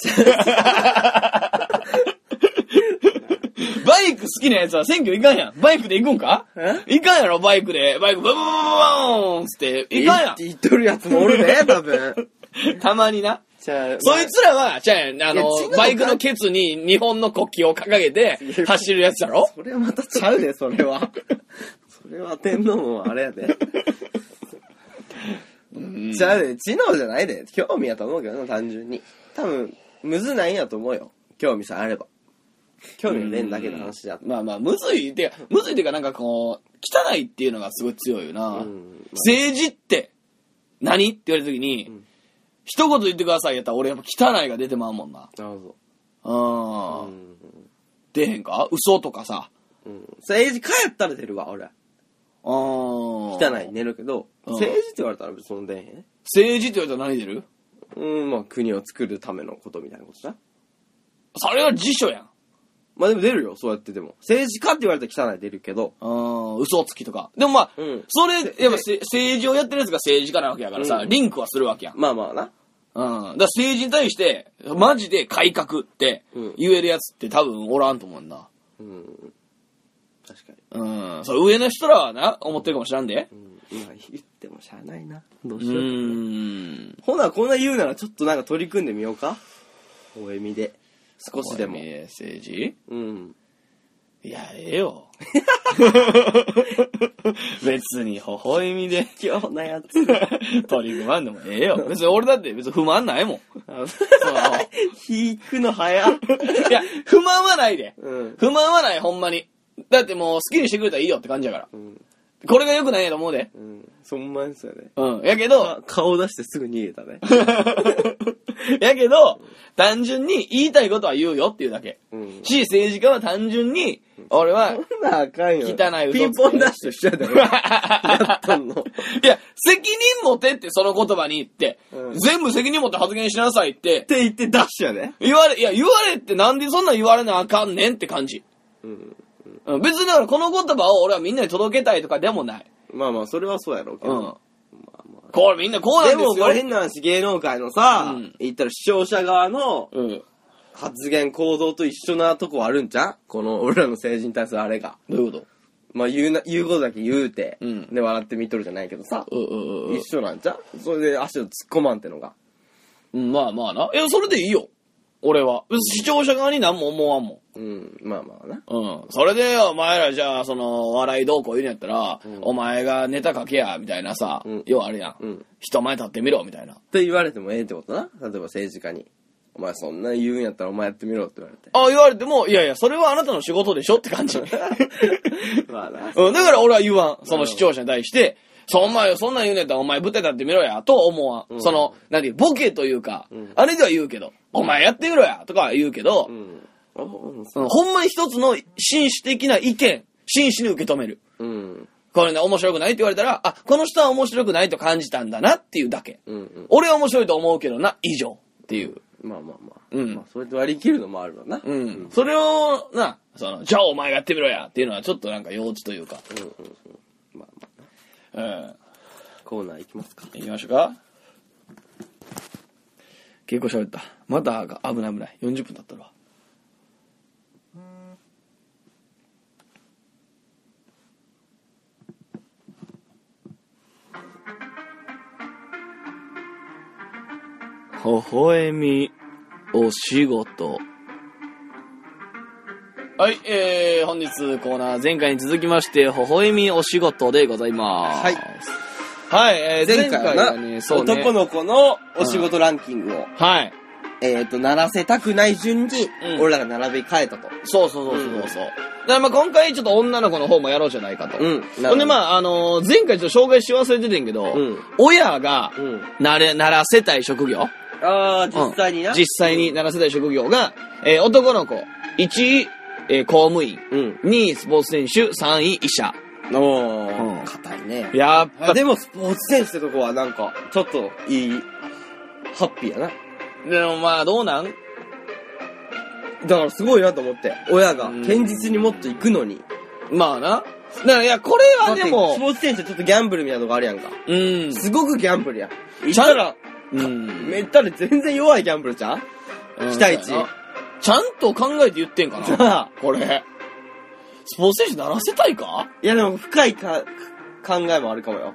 Speaker 1: バイク好きなやつは選挙行かんやん。バイクで行くんか
Speaker 2: え
Speaker 1: 行かんやろ、バイクで。バイクブーンブーンつって、行かんや
Speaker 2: って言っとるやつもおるね、多 *laughs* 分。
Speaker 1: ん。たまにな。
Speaker 2: じゃあ、
Speaker 1: そいつらは、じゃあ、あの
Speaker 2: いや違う、
Speaker 1: バイクのケツに日本の国旗を掲げ
Speaker 2: *laughs*
Speaker 1: て走るやつだろ
Speaker 2: まあそれはまたちゃうで、それは。 *laughs* それは天皇もあれやで。ちゃうで、知能じゃないで。興味やと思うけどな、単純に。多分、むずないんやと思うよ。興味さえあれば。興味がねえんだけの話だって。
Speaker 1: まあまあ、むずいってか、むずいっていうか、なんかこう、汚いっていうのがすごい強いよな。
Speaker 2: うん
Speaker 1: 政治って何って言われた時に、一言言ってくださいやったら俺やっぱ汚いが出てまうもんな。
Speaker 2: なるほ
Speaker 1: う。
Speaker 2: ど。うんん。
Speaker 1: 出へんか嘘とかさ。
Speaker 2: うん。政治家やったら出るわ、俺。
Speaker 1: うん。汚
Speaker 2: 汚い。。寝るけど、
Speaker 1: うん
Speaker 2: 政治って言われたら別にその出へん
Speaker 1: 政治って言われたら何出る
Speaker 2: うん、まあ国を作るためのことみたいなことな。
Speaker 1: それは辞書やん。
Speaker 2: まあでも出るよ、そうやってでも。政治家って言われたら汚い出るけど。
Speaker 1: うん。嘘つきとか。でもまあ、
Speaker 2: うん
Speaker 1: それ、やっぱせ政治をやってるやつが政治家なわけやからさ、
Speaker 2: うん
Speaker 1: リンクはするわけやん。うん。
Speaker 2: まあまあな。
Speaker 1: だから政治に対して、マジで改革って
Speaker 2: うん
Speaker 1: 言えるやつって多分おらんと思うんだ。
Speaker 2: うん。確かに。
Speaker 1: うん。それ上の人らはな、思ってるかもしらんで。
Speaker 2: うん。まあ言ってもしゃあないな。どう
Speaker 1: う
Speaker 2: しよう。
Speaker 1: ん。
Speaker 2: ほな、こんな言うならちょっとなんか取り組んでみようか。おえみで。少しでも。
Speaker 1: 政治
Speaker 2: うん。
Speaker 1: いや、ええ *laughs* よ。別に微笑みで
Speaker 2: 今日なやつ。
Speaker 1: 取り組まんでもええよ。別に俺だって別に不満 *laughs* ないもん。
Speaker 2: 引くの早っ。
Speaker 1: いや、不満はないで。
Speaker 2: うん。
Speaker 1: 不満はない、ほんまに。だってもう好きにしてくれたらいいよって感じやから。
Speaker 2: うん。
Speaker 1: これが良くないやと思うで。
Speaker 2: うん。そんまんすよね。
Speaker 1: うん。やけど、 *laughs*
Speaker 2: 顔出してすぐ逃げたね。
Speaker 1: やけど、単純に言いたいことは言うよっていうだけ。
Speaker 2: うん。
Speaker 1: し、政治家は単純に、俺は、
Speaker 2: そんなあかんよ。
Speaker 1: 汚い嘘つき
Speaker 2: ピンポンダッシュしちゃ
Speaker 1: *laughs*
Speaker 2: うだろ。やったの。
Speaker 1: いや、責任持てって、その言葉に言って、
Speaker 2: うん
Speaker 1: 全部責任持って発言しなさいって、
Speaker 2: って言ってダッシュやね。
Speaker 1: 言われ、いや、言われってなんでそんなん言われなあかんねんって感じ。
Speaker 2: うん。
Speaker 1: うん、別にだからこの言葉を俺はみんなに届けたいとかでもない。
Speaker 2: まあまあ、それはそうやろうけ
Speaker 1: うん。
Speaker 2: ど。まあま
Speaker 1: これみんなこう
Speaker 2: あ。
Speaker 1: なん
Speaker 2: で
Speaker 1: ですよ。
Speaker 2: も、これ変な話、芸能界のさ
Speaker 1: うん、
Speaker 2: 言ったら視聴者側の
Speaker 1: うん。
Speaker 2: 発言、行動と一緒なとこあるんじゃんこの、俺らの政治に対するあれが。
Speaker 1: どういうこ
Speaker 2: まあ、言うな、言うことだけ言うて、
Speaker 1: うん
Speaker 2: で、笑って見とるじゃないけどさ、
Speaker 1: とうんうんうん
Speaker 2: 一緒なんじゃんそれで足を突っ込まんってのが。
Speaker 1: うん。まあまあな。いや、それでいいよ。俺は。別に視聴者側に何も思わんもん。
Speaker 2: うん、まあまあな。
Speaker 1: うん。それで、お前らじゃあ、その、お笑いどうこう言うんやったら、お前がネタ書けや、みたいなさ、
Speaker 2: ん
Speaker 1: ようあるやん。
Speaker 2: うん
Speaker 1: 人前立ってみろ、みたいな。
Speaker 2: って言われてもええってことな。例えば政治家に。お前そんな言うんやったらお前やってみろって言われて。
Speaker 1: ああ、言われても、いやいや、それはあなたの仕事でしょって *laughs* 感じ。う
Speaker 2: まあな。
Speaker 1: ん、だから俺は言わん。その視聴者に対して、そんな、そんなん言うんやったらお前舞台立ってみろや、とは思わん。
Speaker 2: うん
Speaker 1: その、何ボケというか、
Speaker 2: ん
Speaker 1: あれでは言うけど、お前やってみろや、とかは言うけど、
Speaker 2: うん。あうん
Speaker 1: そのほんまに一つの紳士的な意見、真摯に受け止める。
Speaker 2: うん。
Speaker 1: これね、面白くないって言われたら、あ、この人は面白くないと感じたんだなっていうだけ。
Speaker 2: うんうん。
Speaker 1: 俺は面白いと思うけどな、以上っていう。
Speaker 2: まあまあまあ。
Speaker 1: うん
Speaker 2: まあ、それで割り切るのもあるわな。
Speaker 1: うん。それを、な、その、じゃあお前がやってみろやっていうのはちょっとなんか幼稚というか。
Speaker 2: うんうんうん。まあまあ。
Speaker 1: うん。
Speaker 2: コーナー行きますか。
Speaker 1: 行きましょうか。結構喋った。またが危ない危ない。40分経ったるわ。微笑み、お仕事。はい、えー、本日コーナー前回に続きまして、微笑みお仕事でございます。
Speaker 2: はい。
Speaker 1: はい、えー、前
Speaker 2: 前
Speaker 1: 回
Speaker 2: 回
Speaker 1: は
Speaker 2: はな、
Speaker 1: ね、そうね。
Speaker 2: 男の子のお仕事ランキングを、
Speaker 1: はい。
Speaker 2: えっと、鳴らせたくない順に
Speaker 1: う、ん
Speaker 2: 俺らが並び替えたと。
Speaker 1: そうそうそうそうそう。だからまあ今回ちょっと女の子の方もやろうじゃないかと。
Speaker 2: うんなるほど
Speaker 1: ほんでまああのー前回ちょっと紹介し忘れててんけど、
Speaker 2: うん
Speaker 1: 親が、
Speaker 2: ん。
Speaker 1: なれ、ならせたい職業
Speaker 2: ああ、実際に
Speaker 1: う
Speaker 2: な。
Speaker 1: ん実際にならせたい職業が、えー男の子、1位、えー公務員、
Speaker 2: うん。
Speaker 1: 2位、スポーツ選手、3位、医者。
Speaker 2: お
Speaker 1: うん
Speaker 2: ー、硬いね。
Speaker 1: やっぱ、
Speaker 2: あでも、スポーツ選手ってとこはなんか、ちょっと、いい、ハッピーやな。
Speaker 1: でもまあどうなん
Speaker 2: だからすごいなと思って、親が
Speaker 1: うん、
Speaker 2: 堅実にもっと行くのに。
Speaker 1: まあな。だからいや、これ
Speaker 2: だ
Speaker 1: は
Speaker 2: って
Speaker 1: でも
Speaker 2: ス、ポーツ選手ちょっとギャンブルみたいなとこあるやんか。
Speaker 1: うん。
Speaker 2: すごくギャンブルやん。行っ
Speaker 1: ちゃ
Speaker 2: た
Speaker 1: ん
Speaker 2: ら、
Speaker 1: うん
Speaker 2: めったら全然弱いギャンブルじゃん期待値。
Speaker 1: ちゃんと考えて言ってんかな。 *laughs*
Speaker 2: さあ、
Speaker 1: これ。スポーツ選手ならせたいか
Speaker 2: いやでも深いか考えもあるかもよ。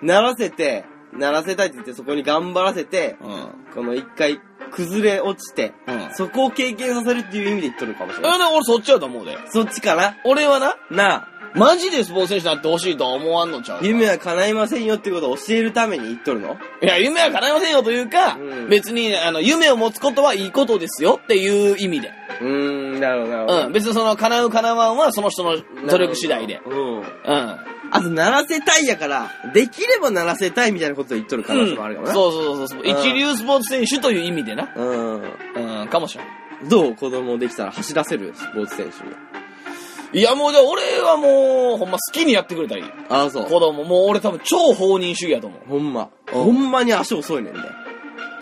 Speaker 2: ならせて、ならせたいって言ってそこに頑張らせて、
Speaker 1: うん。だ
Speaker 2: この一回崩れ落ちて、
Speaker 1: うん
Speaker 2: そこを経験させるっていう意味で言っとるかもしれな
Speaker 1: か
Speaker 2: い。
Speaker 1: ら俺そっちやと思うで。
Speaker 2: そっちかな
Speaker 1: 俺はな、
Speaker 2: なあ、
Speaker 1: マジでスポーツ選手になってほしいとは思わんのちゃうか
Speaker 2: 夢は叶いませんよってことを教えるために言っとるの
Speaker 1: いや、夢は叶いませんよというか、
Speaker 2: うん
Speaker 1: 別に、あの、夢を持つことはいいことですよっていう意味で。
Speaker 2: うーん、なるほど、なるほど。
Speaker 1: うん。別にその、叶う叶わんはその人の努力次第で。
Speaker 2: うん。
Speaker 1: うん。
Speaker 2: あと、鳴らせたいやから、できれば鳴らせたいみたいなことを言っとる可能性もあるか
Speaker 1: う
Speaker 2: ら
Speaker 1: ん
Speaker 2: な。
Speaker 1: そうそうそうそう。
Speaker 2: うん
Speaker 1: 一流スポーツ選手という意味でな。
Speaker 2: うん。
Speaker 1: うん、かもしれん。
Speaker 2: どう子供できたら走らせるスポーツ選手。
Speaker 1: いや、もう、じゃあ俺はもう、ほんま好きにやってくれたり。
Speaker 2: ああ、そ
Speaker 1: 子
Speaker 2: う。
Speaker 1: 供、もう俺多分超放任主義やと思う。
Speaker 2: ほんま。ほんまに足遅い *laughs* ねんで。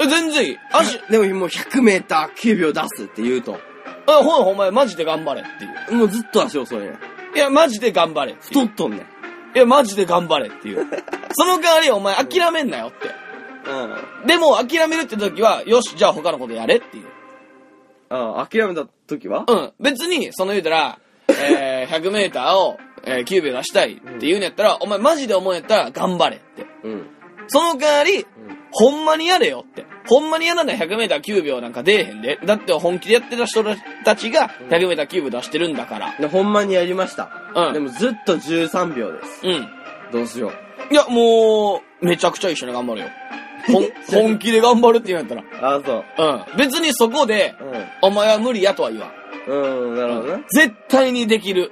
Speaker 1: え、全然いい。足、
Speaker 2: でももう100メーター9秒出すって言うと、
Speaker 1: あ、ほんほんまマジで頑張れっていう。
Speaker 2: もうずっと足遅いねん。
Speaker 1: いや、マジで頑張れってい
Speaker 2: 太
Speaker 1: う。
Speaker 2: っとんねん。うん。
Speaker 1: いや、マジで頑張れっていう。その代わりお前諦めんなよって。でも諦めるって時は、よし、じゃあ他のことやれっていう。
Speaker 2: ああ、諦めた時は
Speaker 1: うん。別に、その言うたら、えー、100メ *laughs* ーターを、えー、9秒出したいって言うんやったら、お前マジで思うんやったら頑張れって。
Speaker 2: うん。
Speaker 1: その代わり、ほんまにやれよって。ほんまにやらない 100m9 秒なんか出えへんで。だって本気でやってた人たちが 100m9 秒出してるんだから。
Speaker 2: で、ほんまにやりました。
Speaker 1: うん
Speaker 2: でもずっと13秒です。
Speaker 1: うん。
Speaker 2: どうしよう。
Speaker 1: いや、もう、めちゃくちゃ一緒に頑張るよ。ほ *laughs* ん本気で頑張るって言うんやっ
Speaker 2: ああ、そう。
Speaker 1: たら。うん。別にそこで、
Speaker 2: う
Speaker 1: お前は無理やとは言わん。
Speaker 2: ん。うん、なるほどね。
Speaker 1: 絶対にできる。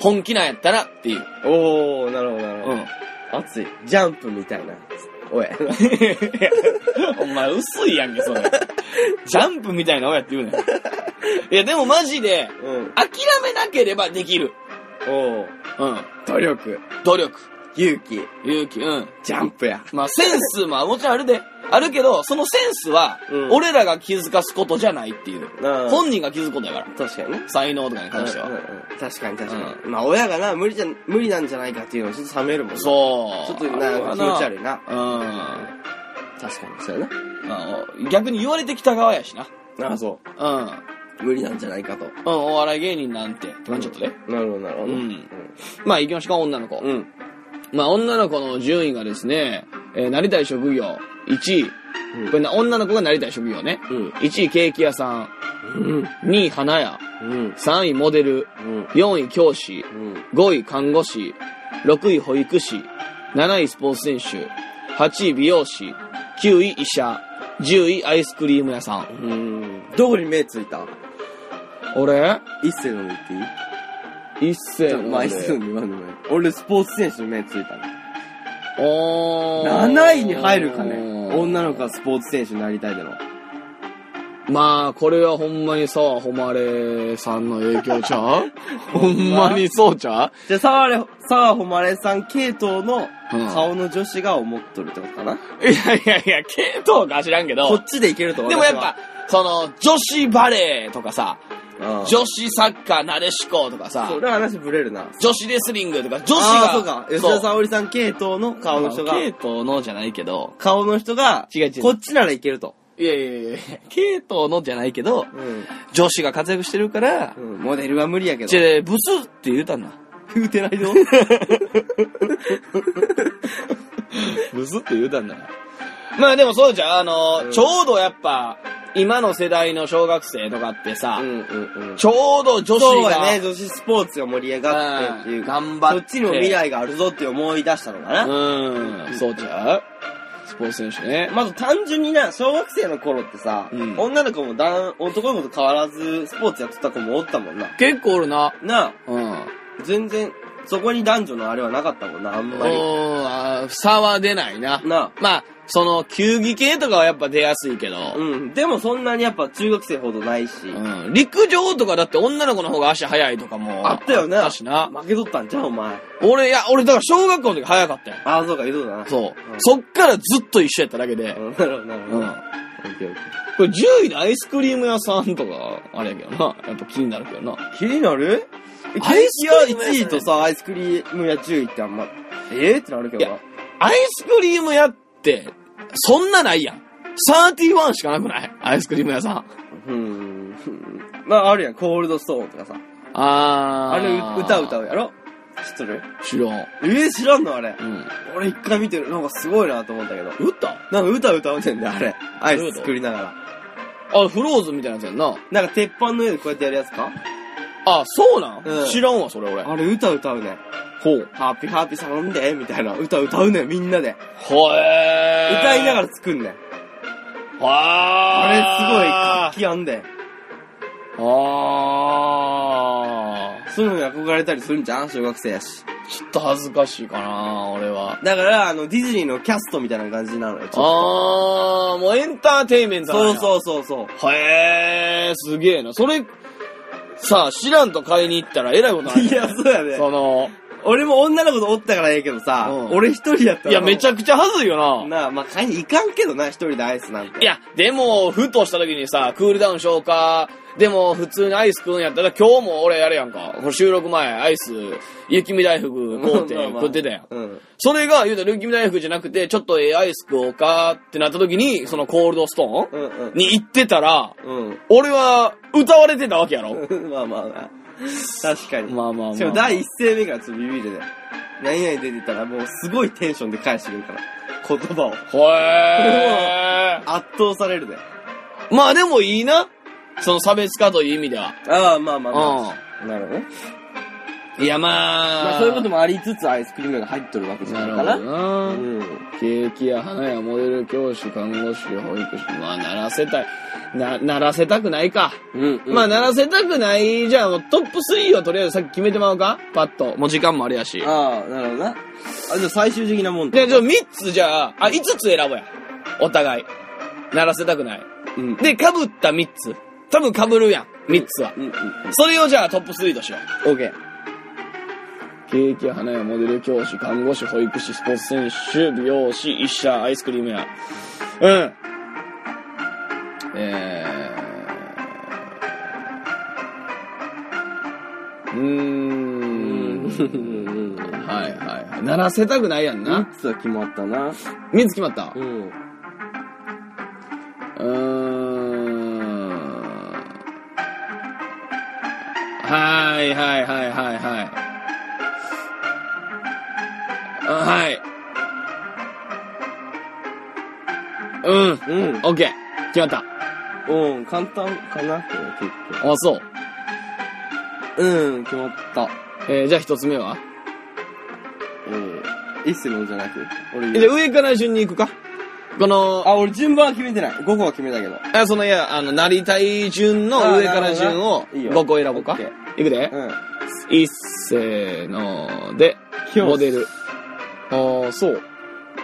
Speaker 1: 本気なんやったらっていう。
Speaker 2: おー、なるほど、なるほ
Speaker 1: う
Speaker 2: ど。
Speaker 1: ん。
Speaker 2: 熱い。ジャンプみたいな。おい。
Speaker 1: *laughs* お前薄いやんけ、それ。 *laughs* ジャンプみたいな親って言うねん。い *laughs* や、でもマジで、
Speaker 2: うん。
Speaker 1: 諦めなければできる。
Speaker 2: *laughs* おー。
Speaker 1: うん。
Speaker 2: 努力、
Speaker 1: 努力、
Speaker 2: 勇気、
Speaker 1: 勇気、うん。
Speaker 2: ジャンプや。
Speaker 1: まあ、センスももちろんあるで、あるけど、そのセンスは
Speaker 2: う、ん
Speaker 1: 俺らが気づかすことじゃないっていう。
Speaker 2: うん
Speaker 1: 本人が気づくことやから。
Speaker 2: 確かにね。
Speaker 1: 才能とかに関して
Speaker 2: うんう
Speaker 1: は。
Speaker 2: んうん確かに確かに。まあ親がな、無理じゃ、無理なんじゃないかっていうのはちょっと冷めるもんね
Speaker 1: そう。
Speaker 2: ちょっとなんか気持ち悪いな。
Speaker 1: うん
Speaker 2: 確かに。そうや
Speaker 1: あの。逆に言われてきた側やしな。
Speaker 2: な。ああ、そう。
Speaker 1: うん。
Speaker 2: 無理なんじゃないかと。
Speaker 1: うん、お笑い芸人なんて。って感じだったね。
Speaker 2: なるほど、なるほど。
Speaker 1: うんまあ、行きましょうか、女の子。
Speaker 2: うん。うん。
Speaker 1: まあ、女の子の順位がですね、えーなりたい職業、1位。
Speaker 2: うん
Speaker 1: これな、女の子がなりたい職業ね。
Speaker 2: うん。
Speaker 1: 1位、ケーキ屋さん。
Speaker 2: うん。
Speaker 1: 2位、花屋。
Speaker 2: うん。
Speaker 1: 3位、モデル。
Speaker 2: うん。
Speaker 1: 4位、教師。
Speaker 2: うん。
Speaker 1: 5位、看護師。6位、保育士。7位、スポーツ選手。8位、美容師。9位、医者。10位、アイスクリーム屋さん。
Speaker 2: うん。どこに目ついた
Speaker 1: 俺
Speaker 2: 一世の見ていい
Speaker 1: 一
Speaker 2: ち
Speaker 1: 世
Speaker 2: ょまあ一世の見まんでもいい俺スポーツ選手の目ついたの。
Speaker 1: おー
Speaker 2: 7位に入るかね。女の子はスポーツ選手になりたいでの。
Speaker 1: まあ、これはほんまに沢誉さんの影響ちゃ
Speaker 2: *laughs*
Speaker 1: うほんまにそうちゃう
Speaker 2: じゃあ、沢れ、沢誉さん系統の
Speaker 1: うん
Speaker 2: 顔の女子が思っとるってことかな。
Speaker 1: いやいやいや、系統か知らんけ
Speaker 2: こ
Speaker 1: ど
Speaker 2: っ。ちでいけると
Speaker 1: でもやっぱ、その、女子バレーとかさ、
Speaker 2: 私は、うん
Speaker 1: 女子サッカーなでしことかさ
Speaker 2: そ、れは話ブレるな。
Speaker 1: 女子レスリングとか、女子
Speaker 2: あ
Speaker 1: が。
Speaker 2: あ、そうか。吉田
Speaker 1: ん。
Speaker 2: 沙保里さん系統の顔の人が、
Speaker 1: 系統のじゃないけど。
Speaker 2: 顔の人が、
Speaker 1: 違う違う
Speaker 2: こっちならいけると。
Speaker 1: いやいやいや系統のじゃないけど、
Speaker 2: うん。
Speaker 1: 女子が活躍してるから、
Speaker 2: モデルは無理やけど。
Speaker 1: じゃブスって言うたんだ。
Speaker 2: 言うてないぞ。
Speaker 1: *laughs* ブスって言うたんだ。まあでもそうじゃん、あの、
Speaker 2: うん
Speaker 1: ちょうどやっぱ、今の世代の小学生とかってさ、
Speaker 2: うんうんうん。
Speaker 1: ちょうど女
Speaker 2: そう
Speaker 1: 子
Speaker 2: や
Speaker 1: が、
Speaker 2: ね、女子スポーツが盛り上がってっていう
Speaker 1: うん
Speaker 2: か、
Speaker 1: 頑張って
Speaker 2: そっちにも未来があるぞって思い出したのかな。
Speaker 1: うん、そうちゃうスポーツ選手ね。
Speaker 2: まず単純にな、小学生の頃ってさ、
Speaker 1: うん
Speaker 2: 女の子も男男の子と変わらずスポーツやってた子もおったもんな。
Speaker 1: 結構おるな。
Speaker 2: なあ、
Speaker 1: うん。
Speaker 2: 全然、そこに男女のあれはなかったもんな、あん
Speaker 1: う
Speaker 2: まり。
Speaker 1: ん、あー差は出ないな。
Speaker 2: な
Speaker 1: まあ、その、球技系とかはやっぱ出やすいけど、
Speaker 2: あ、うん。でもそんなにやっぱ中学生ほどないし、
Speaker 1: うん陸上とかだって女の子の方が足早いとかも。
Speaker 2: あったよな
Speaker 1: あしな。
Speaker 2: 負けとったんじゃん、お前。
Speaker 1: 俺、いや、俺だから小学校の時早かったよ。
Speaker 2: ああ、そうか、言うとだな。
Speaker 1: そう。
Speaker 2: うん
Speaker 1: そっからずっと一緒やっただけで。
Speaker 2: うん。なるほど、なるほ
Speaker 1: う
Speaker 2: ど。
Speaker 1: ん。
Speaker 2: オッケーオッケ
Speaker 1: これ10位のアイスクリーム屋さんとか、あれやけどな。やっぱ気になるけどな。
Speaker 2: ー気になるケ
Speaker 1: アイ
Speaker 2: ー
Speaker 1: ス
Speaker 2: キ
Speaker 1: ク
Speaker 2: 屋
Speaker 1: リーム屋さん
Speaker 2: 1位とさ、アイスクリーム屋10位ってあんま、ええってなるけど
Speaker 1: いや
Speaker 2: な。
Speaker 1: アイスクリーム屋って、そんなないやん。31しかなくないアイスクリーム屋さん。
Speaker 2: うん。まあ、あるやん、コールドストーンとかさ。
Speaker 1: あ
Speaker 2: あれ
Speaker 1: ー。
Speaker 2: 歌歌うやろ知っとる
Speaker 1: 知らん。
Speaker 2: えー、知らんのあれ
Speaker 1: う。ん。
Speaker 2: 俺一回見てる。なんかすごいなと思ったけど。
Speaker 1: 歌
Speaker 2: なんか歌歌うねんだよ、あれ。アイス作りながら。
Speaker 1: あ、フローズンみたいなやつやんな。
Speaker 2: なんか鉄板の上でこうやってやるやつか
Speaker 1: あ、そうなん、
Speaker 2: うん
Speaker 1: 知らんわ、それ俺。
Speaker 2: *laughs* あれ歌歌うねん。
Speaker 1: ほう。
Speaker 2: ハッピーハッピーサロンで、みたいな歌歌うねん、みんなで。
Speaker 1: ほえー。
Speaker 2: 歌いなが
Speaker 1: ら。
Speaker 2: ら作んねん。
Speaker 1: わー。
Speaker 2: あれすごい活気あんで。
Speaker 1: あ
Speaker 2: そういうのに憧れたりするんじゃん小学生やし。
Speaker 1: ー。ちょっと恥ずかしいかな、俺は。
Speaker 2: だから、あの、ディズニーのキャストみたいな感じなのよ。ちょっ
Speaker 1: あー、もうエンターテインメン
Speaker 2: と
Speaker 1: トなん
Speaker 2: そう
Speaker 1: や
Speaker 2: そうそうそう。
Speaker 1: へー、すげえな。それ、さあ、知らんと買いに行ったらえらいことない
Speaker 2: いや、そうやね。
Speaker 1: その、
Speaker 2: 俺も女の子とおったからええけどさ、
Speaker 1: うん
Speaker 2: 俺一人やったら。
Speaker 1: いや、めち
Speaker 2: ゃ
Speaker 1: ゃくちゃ恥ずいよな。
Speaker 2: なあ、まあ、買いに行かんけどな、一人でアイスなんて。
Speaker 1: いや、でも、ふとした時にさ、クールダウンしようか。でも、普通にアイス食うんやったら、今日も俺やれやんか。これ収録前、アイス、雪見大福
Speaker 2: まあまあ、
Speaker 1: 買うて食ってたやん。
Speaker 2: うん。
Speaker 1: それが、言うたら雪見大福じゃなくて、ちょっとええアイス食おうかってなった時に、そのコールドスト
Speaker 2: う
Speaker 1: ー
Speaker 2: んう
Speaker 1: ン。
Speaker 2: ん
Speaker 1: に行ってたら、
Speaker 2: うん。
Speaker 1: 俺は歌われてたわけやろ。
Speaker 2: *laughs* まあまあまあ。確かに。
Speaker 1: まあまあまあ
Speaker 2: しかも第一声目からちょっとビビるね。何々出てたらもうすごいテンションで返してくるから。言葉を。
Speaker 1: ほえ
Speaker 2: 圧倒されるね。
Speaker 1: ー。まあでもいいな。その差別化という意味では。
Speaker 2: ああ、まあまあま
Speaker 1: う
Speaker 2: あ。なるほどね。
Speaker 1: ん。いや、まあ。
Speaker 2: まあそういうこともありつつアイスクリームが入っとるわけじゃ
Speaker 1: な
Speaker 2: ない
Speaker 1: る
Speaker 2: か
Speaker 1: ほ
Speaker 2: な。
Speaker 1: どな。
Speaker 2: うん。
Speaker 1: ケーキや花やモデル、教師、看護師、保育士。まあ、ならせたい。な、ならせたくないか。
Speaker 2: うん、
Speaker 1: まあ、ならせたくない。じゃあ、もうトップ3をとりあえずさっき決めてもらおうかパッと。もう時間もあれやし。
Speaker 2: ああ、なるほどな。あ、じゃあ最終的なもん
Speaker 1: で、じゃあ3つじゃあ、あ、5つ選ぼうや。お互い。ならせたくない。
Speaker 2: うん。
Speaker 1: で、被った3つ。多分被るやん。3つは
Speaker 2: う。んうん。
Speaker 1: それをじゃあトップ3としよう。
Speaker 2: オッケー。
Speaker 1: ケーキや花やモデル、教師、看護師、保育士、スポーツ選手、美容師、医者、アイスクリーム屋。うん。えー。うーん。
Speaker 2: うん。
Speaker 1: はいはいはい。鳴らせたくないやんな。
Speaker 2: つは決まったな。
Speaker 1: 3つ決まった。
Speaker 2: ん。
Speaker 1: うーん。はいはいはいはいはい。あはい。うん。
Speaker 2: うん。
Speaker 1: オッケー。決まった。
Speaker 2: うん、簡単かな、これ結
Speaker 1: あ、そう。
Speaker 2: 構。うん、決まった。
Speaker 1: えー、じゃあ一つ目は
Speaker 2: うん。一世のじゃなく、俺
Speaker 1: えで、上から順に行くかこの、
Speaker 2: あ、俺順番は決めてない。5個は決めたけど。
Speaker 1: あその、いや、あの、なりたい順の上から順を
Speaker 2: あーなるほどないいよ
Speaker 1: 5個選ぼう
Speaker 2: オ
Speaker 1: か
Speaker 2: ッケ。
Speaker 1: いくで、
Speaker 2: うん。
Speaker 1: 一せーので、
Speaker 2: 教師
Speaker 1: モデル。ああ、そう。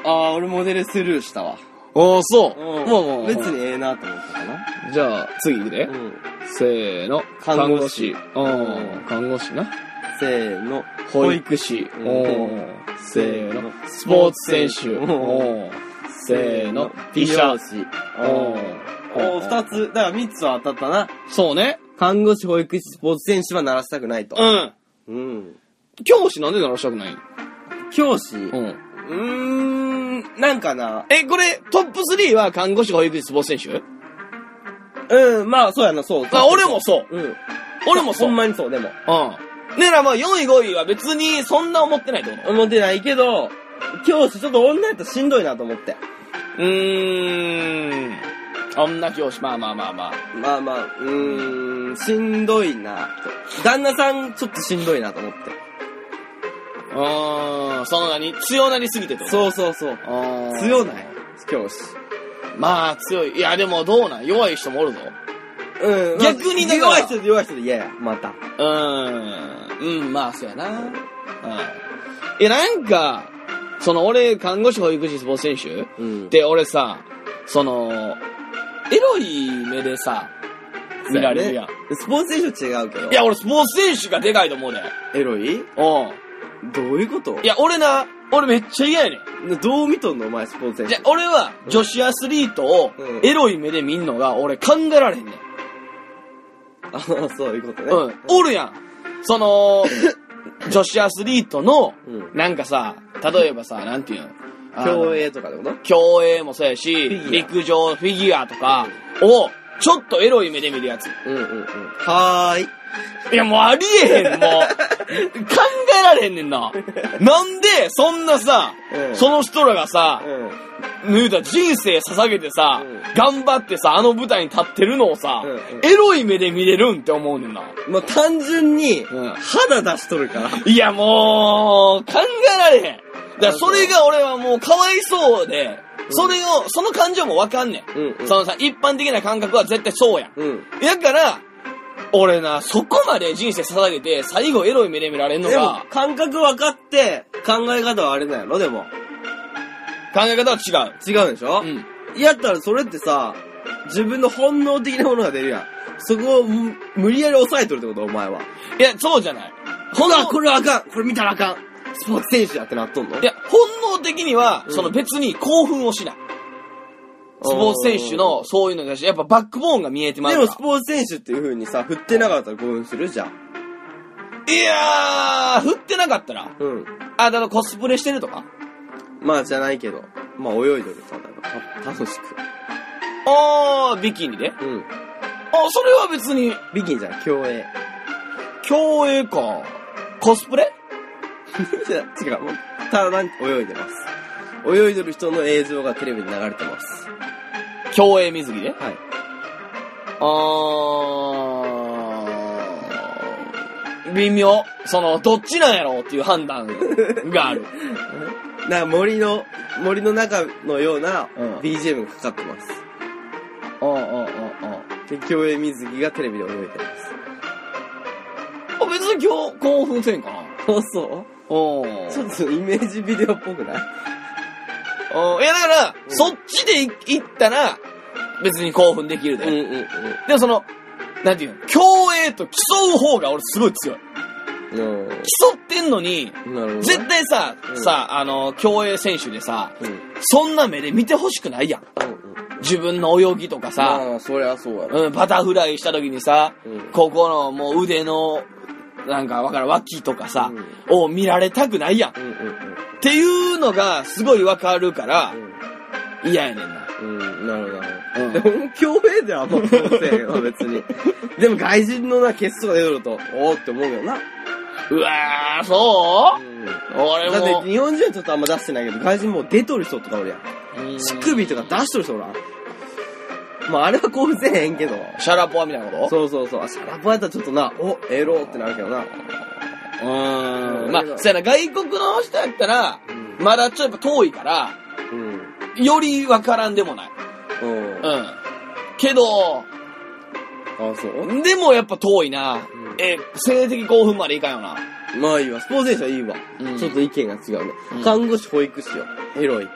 Speaker 2: あー、俺モデルスルーしたわ。
Speaker 1: ああ、そう。
Speaker 2: うん。
Speaker 1: もうもう。
Speaker 2: 別にええなと思ったかな。
Speaker 1: じゃあ、次行くで。
Speaker 2: うん。
Speaker 1: せーの。
Speaker 2: 看護師
Speaker 1: 看護師
Speaker 2: うん
Speaker 1: うん。看護師な。
Speaker 2: せーの。
Speaker 1: 保育士。
Speaker 2: うん
Speaker 1: うん。せーの。
Speaker 2: ス
Speaker 1: スポーツ選手。
Speaker 2: う。
Speaker 1: うんん。せーの。医者。
Speaker 2: 師。
Speaker 1: う
Speaker 2: お
Speaker 1: ん。
Speaker 2: お二つ、だから三つは当たったな。
Speaker 1: そうね。
Speaker 2: 看護師、保育士、スポーツ選手は鳴らしたくないと
Speaker 1: う。ん。
Speaker 2: うん。
Speaker 1: 教師なんで鳴らしたくない
Speaker 2: 教師
Speaker 1: う
Speaker 2: う
Speaker 1: ん。
Speaker 2: ーん、なんかな。
Speaker 1: え、これ、トップ3は看護師、保育士、スポーツ選手
Speaker 2: うん、まあ、そうやな、そう。
Speaker 1: あ、俺もそう。
Speaker 2: うん。
Speaker 1: 俺もそう。
Speaker 2: ほん
Speaker 1: うん。
Speaker 2: まにそう、でも。
Speaker 1: ねえら、まあ、4位、5位は別にそんな思ってないってこと
Speaker 2: 思ってないけど、教師ちょっと女やったらしんどいなと思って。
Speaker 1: うーん。女教師、まあまあまあまあ。
Speaker 2: まあまあ、うーん、しんどいなと。旦那さん、ちょっとしんどいなと思って。
Speaker 1: うーん、その何強なりすぎてってこと
Speaker 2: そうそうそう。
Speaker 1: あー
Speaker 2: 強ない教師。
Speaker 1: まあ強い。いやでもどうなん弱い人もおるぞ。
Speaker 2: うん。
Speaker 1: 逆にだから
Speaker 2: 弱い人で弱い人で嫌や、また。
Speaker 1: うーん。うん、まあそうやな。うん。え、なんか、その俺、看護師、保育士、スポーツ選手
Speaker 2: うん
Speaker 1: で、俺さ、その、エロい目でさ、見られるやん。
Speaker 2: スポーツ選手は違うけど。
Speaker 1: いや、俺、スポーツ選手がでかいと思うで。
Speaker 2: エロい
Speaker 1: うん。
Speaker 2: どういうこと
Speaker 1: いや、俺な、俺めっちゃ嫌やねん。
Speaker 2: どう見とんのお前、スポーツ選
Speaker 1: じゃ
Speaker 2: 手
Speaker 1: あ。俺は女子アスリートを
Speaker 2: うん
Speaker 1: エロい目で見んのが俺考えられへんねん。
Speaker 2: あ *laughs* そういうことね。
Speaker 1: うん。おるやん。その、女子アスリートの
Speaker 2: う、ん
Speaker 1: なんかさ、例えばさ、なんていうのあの
Speaker 2: 競泳とかってこと
Speaker 1: 競泳もそうやし、
Speaker 2: フィギュア
Speaker 1: 陸上、フィギュアとかを、ちょっとエロい目で見るやつ。
Speaker 2: うんうんうん。はーい。
Speaker 1: いや、もうありえ
Speaker 2: *laughs*
Speaker 1: へん、もう。考えられへんねんな。なんで、そんなさ、
Speaker 2: うん
Speaker 1: その人らがさ、
Speaker 2: うん。
Speaker 1: 言うたら人生捧げてさ、
Speaker 2: うん
Speaker 1: 頑張ってさ、あの舞台に立ってるのをさ、
Speaker 2: うんうん
Speaker 1: エロい目で見れるんって思うねんな。
Speaker 2: まあ、単純に、
Speaker 1: うん
Speaker 2: 肌出しとるから。
Speaker 1: いや、もう、考えられへん。だからそれが俺はもうかわいそうで、それを、その感情もわかんねん。
Speaker 2: うんうん
Speaker 1: そのさ、一般的な感覚は絶対そうやん。
Speaker 2: うん。
Speaker 1: だから、俺な、そこまで人生捧げて、最後エロい目で見られんの
Speaker 2: でも
Speaker 1: が、、
Speaker 2: 感覚分かって、考え方はあれなんやろ、でも。
Speaker 1: 考え方は違う。
Speaker 2: 違うでしょ
Speaker 1: うん。
Speaker 2: やったらそれってさ、自分の本能的なものが出るやん。そこをむ無理やり抑えとるってこと、お前は。
Speaker 1: いや、そうじゃない。
Speaker 2: ほ
Speaker 1: ほ
Speaker 2: ら、
Speaker 1: ら、
Speaker 2: これあかんこれ見たらあかんスポーツ選手やってなっとんの
Speaker 1: いや、本能的には、
Speaker 2: うん
Speaker 1: その別に興奮をしない。スポーツ選手のそういうのに対して、やっぱバックボーンが見えてまう
Speaker 2: で
Speaker 1: から
Speaker 2: もスポーツ選手っていう風にさ、振ってなかったら興奮するじゃん。
Speaker 1: いやー、振ってなかったら。
Speaker 2: うん。
Speaker 1: あ、だからコスプレしてるとか。
Speaker 2: まあじゃないけど。まあ泳いどるただのた楽しく。
Speaker 1: あー、ビキニで。あ、
Speaker 2: うん。
Speaker 1: それは別に、
Speaker 2: ビキニじゃん、競泳。
Speaker 1: 競泳か。コスプレ
Speaker 2: *laughs* いや違う、もう、ただ泳いでます。泳いどる人の映像がテレビに流れてます。
Speaker 1: 競泳水着で。
Speaker 2: はい。
Speaker 1: あー、微妙。その、どっちなんやろうっていう判断がある。
Speaker 2: なんか森の、森の中のような
Speaker 1: うん
Speaker 2: BGM がかかってます。
Speaker 1: *laughs* うんうんうんうん。
Speaker 2: で、競泳水着がテレビで泳いでます。
Speaker 1: あ別に今日興奮せんかな。
Speaker 2: そうそ
Speaker 1: うん。
Speaker 2: うちょっとイメージビデオっぽくない
Speaker 1: うんいやだから、そっちでい行ったら、別に興奮できるで。
Speaker 2: うんうん。
Speaker 1: でもその、なんていうの、競泳と競う方が俺すごい強い。
Speaker 2: うん。
Speaker 1: 競ってんのに、
Speaker 2: なるほど。
Speaker 1: 絶対さ、
Speaker 2: うん
Speaker 1: さ、あの、競泳選手でさ、
Speaker 2: うん。
Speaker 1: そんな目で見てほしくないやん。
Speaker 2: うんうん。
Speaker 1: 自分の泳ぎとかさ、
Speaker 2: まあ、そりゃそうやろ。
Speaker 1: うん、バタフライした時にさ、
Speaker 2: うん
Speaker 1: ここのもう腕の、なんかわからん、脇とかさ、
Speaker 2: う
Speaker 1: を見られたくないやん。っ
Speaker 2: うんうんうん。
Speaker 1: ていうのがすごいわかるから、嫌やねんな。
Speaker 2: うん、なるほどな
Speaker 1: うん
Speaker 2: るほど。でも、競泳ではあんま興奮せんよ、別 *laughs* に。でも、外人のな、ケツとか出ると、おーって思うよな。
Speaker 1: うわー、そう、俺
Speaker 2: だっ
Speaker 1: も
Speaker 2: て、、日本人はちょっとあんま出してないけど、外人もう出とる人とかおるやん。
Speaker 1: うん
Speaker 2: 乳首とか出しとる人おらん。まあ、あれは興奮せえへんけど。
Speaker 1: シャラポワみたいなこと
Speaker 2: そうそうそう。あ、シャラポやったらちょっとな、お、エロってなるけどな。
Speaker 1: うーん。まあ、そうやな、外国の人やったら、
Speaker 2: うん
Speaker 1: まだちょっと遠いから、
Speaker 2: うん。
Speaker 1: よりわからんでもない。
Speaker 2: うん。あ、
Speaker 1: うん。けど、
Speaker 2: そう
Speaker 1: でもやっぱ遠いな。
Speaker 2: ん
Speaker 1: え、性的興奮までいかんよな。
Speaker 2: まあいいわ。スポーツ選手はいいわ。
Speaker 1: うん
Speaker 2: ちょっと意見が違うね。
Speaker 1: うん
Speaker 2: 看護師、保育士よ。エロい。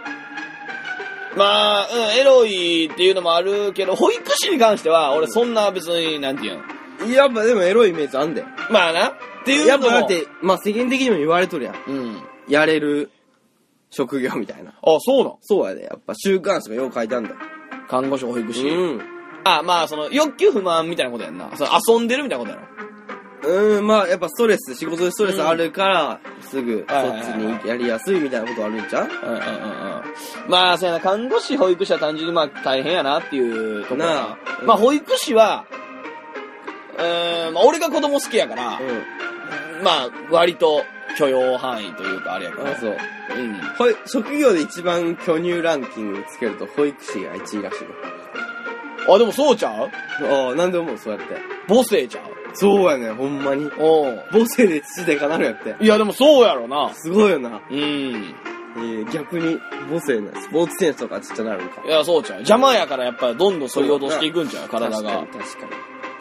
Speaker 1: まあ、うん、エロいっていうのもあるけど、保育士に関しては、俺そんな別に、なんていうの。
Speaker 2: やっぱでもエロいイメージあんで。
Speaker 1: まあな、っていう
Speaker 2: や
Speaker 1: の
Speaker 2: っ
Speaker 1: も。
Speaker 2: ぱだって、まあ世間的にも言われとるやん。
Speaker 1: うん。
Speaker 2: やれる職業みたいな。
Speaker 1: あ、そうなん。
Speaker 2: そうやで、やっぱ週刊誌がよう書いたんだよ。
Speaker 1: 看護師、保育士。
Speaker 2: うん。
Speaker 1: あ、まあ、その、欲求不満みたいなことやんな。その遊んでるみたいなことやろ。
Speaker 2: うん、まあやっぱストレス、仕事でストレスあるから、すぐそ
Speaker 1: はい
Speaker 2: っ
Speaker 1: はい
Speaker 2: ち
Speaker 1: はい
Speaker 2: にやりやすいみたいなことあるんじゃ
Speaker 1: う
Speaker 2: ん
Speaker 1: んうんうんうんまあ、そうやな、看護師、保育士は単純にまあ大変やなっていうところや
Speaker 2: なあ
Speaker 1: まあ、保育士は、うーん、まあ、俺が子供好きやから、
Speaker 2: う
Speaker 1: まあ、割と許容範囲というか、あれやか
Speaker 2: ん。あ
Speaker 1: ら。
Speaker 2: そう。
Speaker 1: うん。
Speaker 2: ほい、職業で一番巨乳ランキングつけると保育士が1位らしい
Speaker 1: あ、でもそうちゃう
Speaker 2: よ。ああ、なんで思うそうやって。
Speaker 1: 母性ちゃう
Speaker 2: そうやね、ほんまに。
Speaker 1: おう
Speaker 2: 母性で父でかなるやって。
Speaker 1: いや、でもそうやろな。
Speaker 2: すごいよな。
Speaker 1: うん。
Speaker 2: えー逆に母性なスポーツ選手とかちっちゃなるんか
Speaker 1: いや、そうちゃう。邪魔やから、やっぱりどんどん削ぎ落としていくんちゃう、体が
Speaker 2: 確。かに確か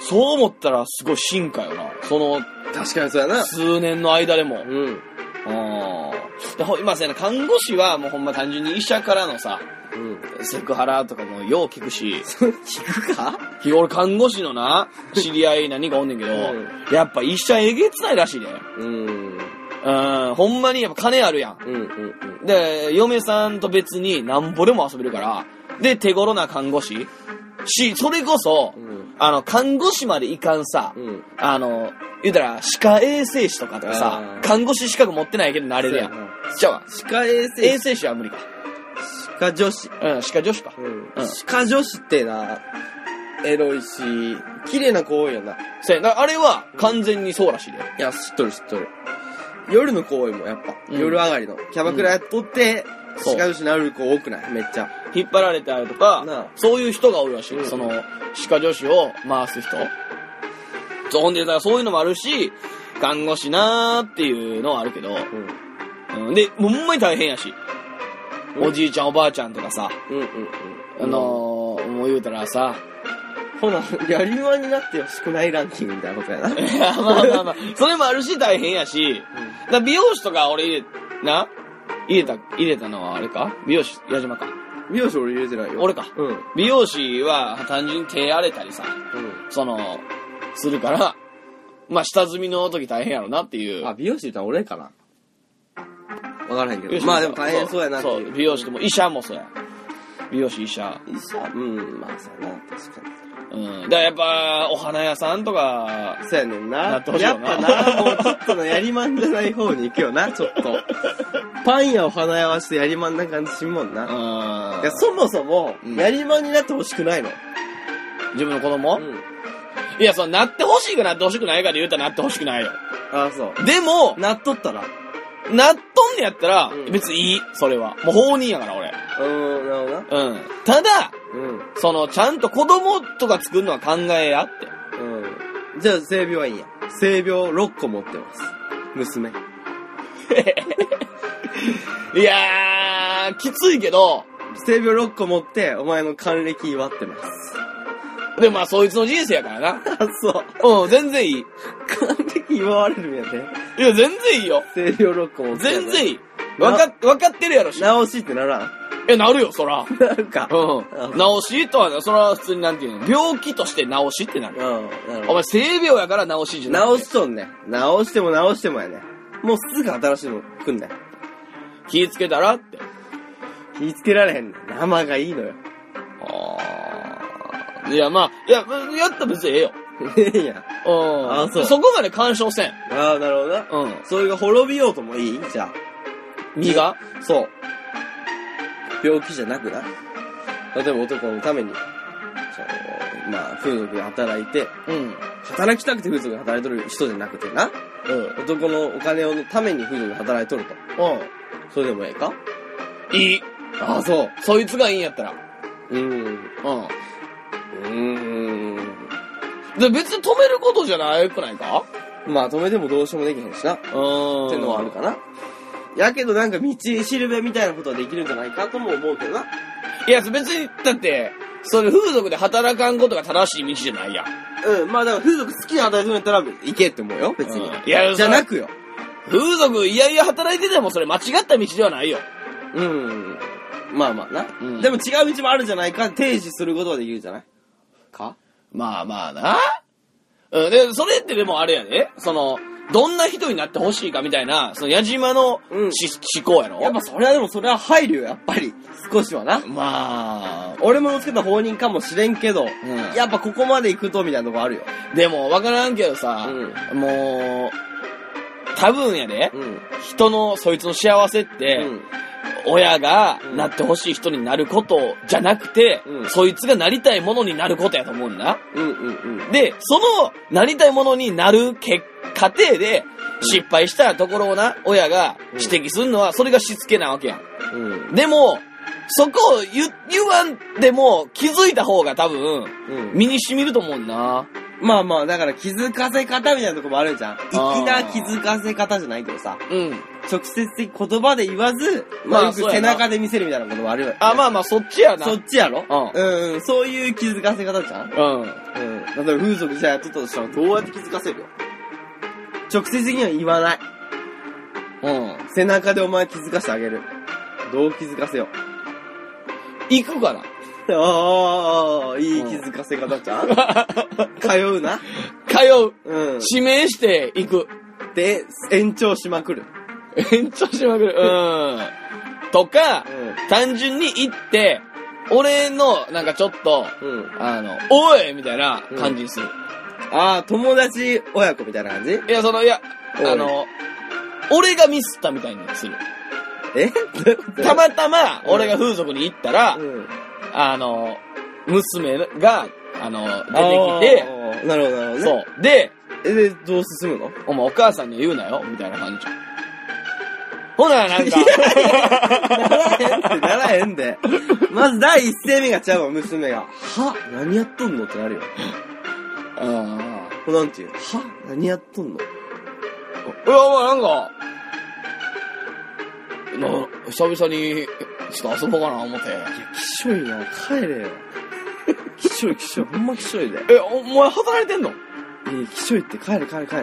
Speaker 1: そう思ったら、すごい進化よな。その、
Speaker 2: に確かにそうやな
Speaker 1: 数年の間でも。
Speaker 2: うん
Speaker 1: うん。で、ほ今さ、看護師はもうほんま単純に医者からのさ、
Speaker 2: うん *laughs*
Speaker 1: セクハラとかもよう聞くし、
Speaker 2: 聞くか
Speaker 1: 日頃看護師のな、知り合い何かおんねんけど、
Speaker 2: うん
Speaker 1: やっぱ医者えげつないらしいね。
Speaker 2: うんうん
Speaker 1: うん、ほんまにやっぱ金あるやん。
Speaker 2: うんうん
Speaker 1: で、嫁さんと別になんぼでも遊べるから、で、手頃な看護師し、それこそ、
Speaker 2: うん
Speaker 1: あの、看護師までいかんさ、
Speaker 2: うん
Speaker 1: あの、言うたら、歯科衛生士とかとか
Speaker 2: あ
Speaker 1: さ
Speaker 2: ー、
Speaker 1: 看護師資格持ってないけどなれるや。
Speaker 2: そうんな
Speaker 1: じゃあわ、
Speaker 2: 歯科衛
Speaker 1: 衛
Speaker 2: 生士
Speaker 1: 生士は無理か。
Speaker 2: 歯科女子
Speaker 1: うん、歯科女子か。
Speaker 2: うん
Speaker 1: うん
Speaker 2: 歯科女子ってなエロいし綺麗な子多いよな
Speaker 1: そうやなあれは完全にそうらしいで。
Speaker 2: いや知っとる知っとる夜の子多いもんやっぱ
Speaker 1: うん
Speaker 2: 夜上がりのキャバクラやっとって
Speaker 1: そう
Speaker 2: 歯科女子になる子多くないめっちゃ
Speaker 1: 引っ張られてあるとか
Speaker 2: なあ、
Speaker 1: そういう人がおるらしい。
Speaker 2: うん
Speaker 1: その、歯科女子を回す人。そう、ほんで、だからそういうのもあるし、看護師なーっていうのはあるけど、
Speaker 2: うん
Speaker 1: うん、で、ほんまに大変やし。
Speaker 2: うん
Speaker 1: おじいちゃんおばあちゃんとかさ、
Speaker 2: うんうんうん
Speaker 1: あのー、もう言うたらさ、 *laughs*
Speaker 2: ほな、やりまになってほしくないランキングみたいなことやな。う
Speaker 1: *laughs*
Speaker 2: ん。
Speaker 1: いやまあまあまあ、それもあるし大変やし、だから美容師とか俺入れ、な、入れた、入れたのはあれか美容師、矢島か。
Speaker 2: 美容師俺入れてないよ。
Speaker 1: 俺か
Speaker 2: うん。うん。
Speaker 1: 美容師は単純に手荒れたりさ、その、するから、まあ下積みの時大変やろなっていう。
Speaker 2: あ、美容師言ったら俺かな。わからへんけ
Speaker 1: 美容
Speaker 2: ど。
Speaker 1: 師
Speaker 2: まあでも大変そうやなって
Speaker 1: そ、
Speaker 2: いうう。
Speaker 1: 美容師とも医者もそうや。美容師、医者。
Speaker 2: 医者うん、まあそうやな、確かに。
Speaker 1: うん。だからやっぱ、お花屋さんとか、
Speaker 2: そうやねん
Speaker 1: な
Speaker 2: な
Speaker 1: ってほ。しい
Speaker 2: や
Speaker 1: よ
Speaker 2: っ
Speaker 1: な
Speaker 2: ぱな、もうちょっとのやりまんじゃない方に行くよな、ちょっと。パンやお花屋はちょっとやりまんな感じしんもんな。
Speaker 1: うん
Speaker 2: いや、そもそも
Speaker 1: う、ん
Speaker 2: やりまんになってほしくないの。
Speaker 1: 自分の子供、
Speaker 2: うん。
Speaker 1: いや、その、なってほしいかなってほしくないかで言うたらなってほしくないよ。
Speaker 2: ああ、そう。
Speaker 1: でも、
Speaker 2: なっとったら。
Speaker 1: なっとんねやったら
Speaker 2: うん、
Speaker 1: 別にいい、それは。もう放任やから、俺。
Speaker 2: うん、なるほどな。
Speaker 1: うん。ただ、
Speaker 2: うん。
Speaker 1: その、ちゃんと子供とか作るのは考えやって。
Speaker 2: うん。じゃあ、性病はいいんや。性病6個持ってます。娘。
Speaker 1: いやー、きついけど、
Speaker 2: 性病6個持って、お前の還暦祝ってます。
Speaker 1: でもまあ、そいつの人生やからな。
Speaker 2: *laughs* あ、そう。
Speaker 1: うん、全然いい。
Speaker 2: 還暦祝われるんやで。
Speaker 1: いや、全然いいよ。
Speaker 2: 性病6個持って。
Speaker 1: 全然い
Speaker 2: い
Speaker 1: い。わかっ、わかってるやろし。
Speaker 2: 直しってならん。
Speaker 1: え、なるよ、そら。
Speaker 2: なるか。
Speaker 1: うん。治しとはな、それは普通になんていうの。病気として治しってな
Speaker 2: うん。
Speaker 1: る。
Speaker 2: なる
Speaker 1: お
Speaker 2: ほ
Speaker 1: 前、性病やから治しじゃない。
Speaker 2: ど。治しとんね。直しても直してもやね。もうすぐ新しいの来んね。
Speaker 1: 気ぃつけたらって。
Speaker 2: 気ぃつけられへんね。生がいいのよ。 *laughs*
Speaker 1: あーいや、まあ、いや、やったら別にええよ。
Speaker 2: ええやん。
Speaker 1: うん。
Speaker 2: あそう
Speaker 1: そこまで干渉せん。
Speaker 2: ああ、なるほどな。
Speaker 1: うん。
Speaker 2: それが滅びようともいいじゃあ。
Speaker 1: 身が
Speaker 2: そう。病気じゃなくな。例えば男のために、その、まあ、風俗で働いて、
Speaker 1: うん。
Speaker 2: 働きたくて風俗で働いとる人じゃなくてな。
Speaker 1: うん。
Speaker 2: 男のお金のために風俗で働いとると。
Speaker 1: う
Speaker 2: それでもええか
Speaker 1: ん。いい。
Speaker 2: ああ、そう。
Speaker 1: そいつがいいんやったら。
Speaker 2: うーん。
Speaker 1: うん。
Speaker 2: うー
Speaker 1: で、別に止めることじゃないくないか
Speaker 2: ん。まあ、止めてもどうしようもできへんしな。っ
Speaker 1: うん。
Speaker 2: てのはあるかな。やけどなんか道しるべみたいなことはできるんじゃないかとも思うけどな。
Speaker 1: いや、別に、だって、それ風俗で働かんことが正しい道じゃないやん。
Speaker 2: うん、まあだから風俗好きな働いてるんやったら行けって思うよ、別に。
Speaker 1: うんいや
Speaker 2: じゃなくよ。
Speaker 1: 風俗いやいや働いててもそれ間違った道ではないよ。
Speaker 2: うん。まあまあな。
Speaker 1: うん
Speaker 2: でも違う道もあるんじゃないか、提示することはできるじゃないか
Speaker 1: まあまあな。うん、で、それってでもあれやで。その、どんな人になってほしいかみたいな、その矢島のし、
Speaker 2: うん
Speaker 1: 思考やろ
Speaker 2: やっぱそれはでもそれは配慮よやっぱり。少しはな。
Speaker 1: まあ、
Speaker 2: 俺もつけた放任かもしれんけど、
Speaker 1: ん
Speaker 2: やっぱここまで行くとみたいなとこあるよ。
Speaker 1: でもわからんけどさ、もう、多分やで、
Speaker 2: うん。
Speaker 1: 人のそいつの幸せって、
Speaker 2: うん。
Speaker 1: 親が
Speaker 2: うん
Speaker 1: なってほしい人になることじゃなくて、
Speaker 2: うん
Speaker 1: そいつがなりたいものになることやと思うんだ。
Speaker 2: うんうんうん。
Speaker 1: で、その、なりたいものになる結過程で、失敗したところをな、親が指摘するのは、それがしつけなわけやん。
Speaker 2: うん。
Speaker 1: でも、そこを言、言わんでも、気づいた方が多分、
Speaker 2: うん
Speaker 1: 身に染みると思うんな。
Speaker 2: まあまあ、だから気づかせ方みたいなとこもあるじゃん。
Speaker 1: ー
Speaker 2: 粋な気づかせ方じゃないけどさ、
Speaker 1: うん。
Speaker 2: 直接的言葉で言わず、
Speaker 1: まあ
Speaker 2: まあ、
Speaker 1: そうや
Speaker 2: 背
Speaker 1: な
Speaker 2: 中で見せるみたいなこともあるよ。
Speaker 1: あ、まあまあ、そっちやな。
Speaker 2: そっちやろ
Speaker 1: う
Speaker 2: うん、そういう気づかせ方じゃん
Speaker 1: うん。
Speaker 2: うん。例えば風俗じゃあやっとったとしたらどうやって気づかせるよ直接的には言わない。
Speaker 1: うん。
Speaker 2: 背中でお前気づかせてあげる。どう気づかせよ
Speaker 1: 行くかな。
Speaker 2: う。ああ、いい
Speaker 1: うん
Speaker 2: 気づかせ方じゃん *laughs* 通うな。
Speaker 1: 通う。
Speaker 2: うん。
Speaker 1: 指名して行く。
Speaker 2: で、延長しまくる。
Speaker 1: *laughs* 延長しまくる。うん。とか、
Speaker 2: う
Speaker 1: 単純に行って、俺の、なんかちょっと、
Speaker 2: ん。うん。
Speaker 1: あの、おいみたいな感じにする。
Speaker 2: ああ、友達親子みたいな感じ
Speaker 1: いや、その、いや、
Speaker 2: おい
Speaker 1: あの、俺がミスったみたいにする。
Speaker 2: え *laughs* どういうこと
Speaker 1: たまたま、俺が風俗に行ったら、
Speaker 2: うん。
Speaker 1: あの、娘が、あの、出て
Speaker 2: あーなるほど、なるほ
Speaker 1: き
Speaker 2: ど、
Speaker 1: て、
Speaker 2: ね。
Speaker 1: そう。で、
Speaker 2: え。で、どう進むの *laughs*
Speaker 1: お前お母さんには言うなよ、みたいな感じ。ほな、なんか、
Speaker 2: ってならへんで。まず第一声目がちゃうわ、娘が。は何やっとんのってなるよ。
Speaker 1: うん。
Speaker 2: これなんていうは何やっとんの
Speaker 1: いや、お前なんか、な久々に、ちょっと遊ぼうかな、思って。
Speaker 2: きしょいな、帰れよ。 *laughs* きしょいきしょい。ほんまきしょいで。
Speaker 1: え、お前働いてんの
Speaker 2: え、きしょいって帰れ帰れ帰れ。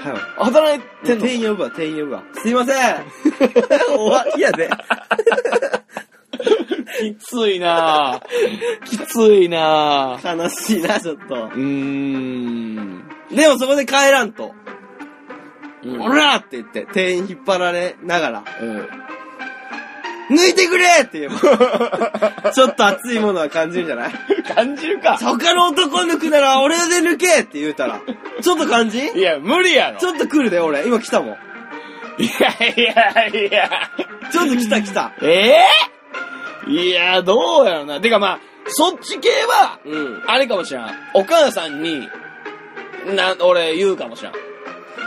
Speaker 2: はい。
Speaker 1: 働いてんの
Speaker 2: 店員呼ぶわ、店員呼ぶわ。すい *laughs* ません終わりやで。
Speaker 1: きついなぁ。 *laughs* きついなぁ。
Speaker 2: 悲しいな、ちょっと
Speaker 1: う。ーん。
Speaker 2: でもそこで帰らんと。
Speaker 1: うん
Speaker 2: おらって言って、店員引っ張られながら、
Speaker 1: うん。
Speaker 2: 抜いてくれって *laughs* 言えば、ちょっと熱いものは感じるんじ
Speaker 1: *laughs*
Speaker 2: ゃない
Speaker 1: *laughs* 感じるか。
Speaker 2: 他の男抜くなら俺で抜けって言うたら、ちょっと感じ
Speaker 1: いや、無理やろ。
Speaker 2: ちょっと来るで、俺。今来たもん。
Speaker 1: いやいやいや。
Speaker 2: ちょっと来た来た。
Speaker 1: ええいや、どうやろな。てかまあ、そっち系は、
Speaker 2: うん。
Speaker 1: あれかもしらん。お母さんに、な、俺言うかもしらん。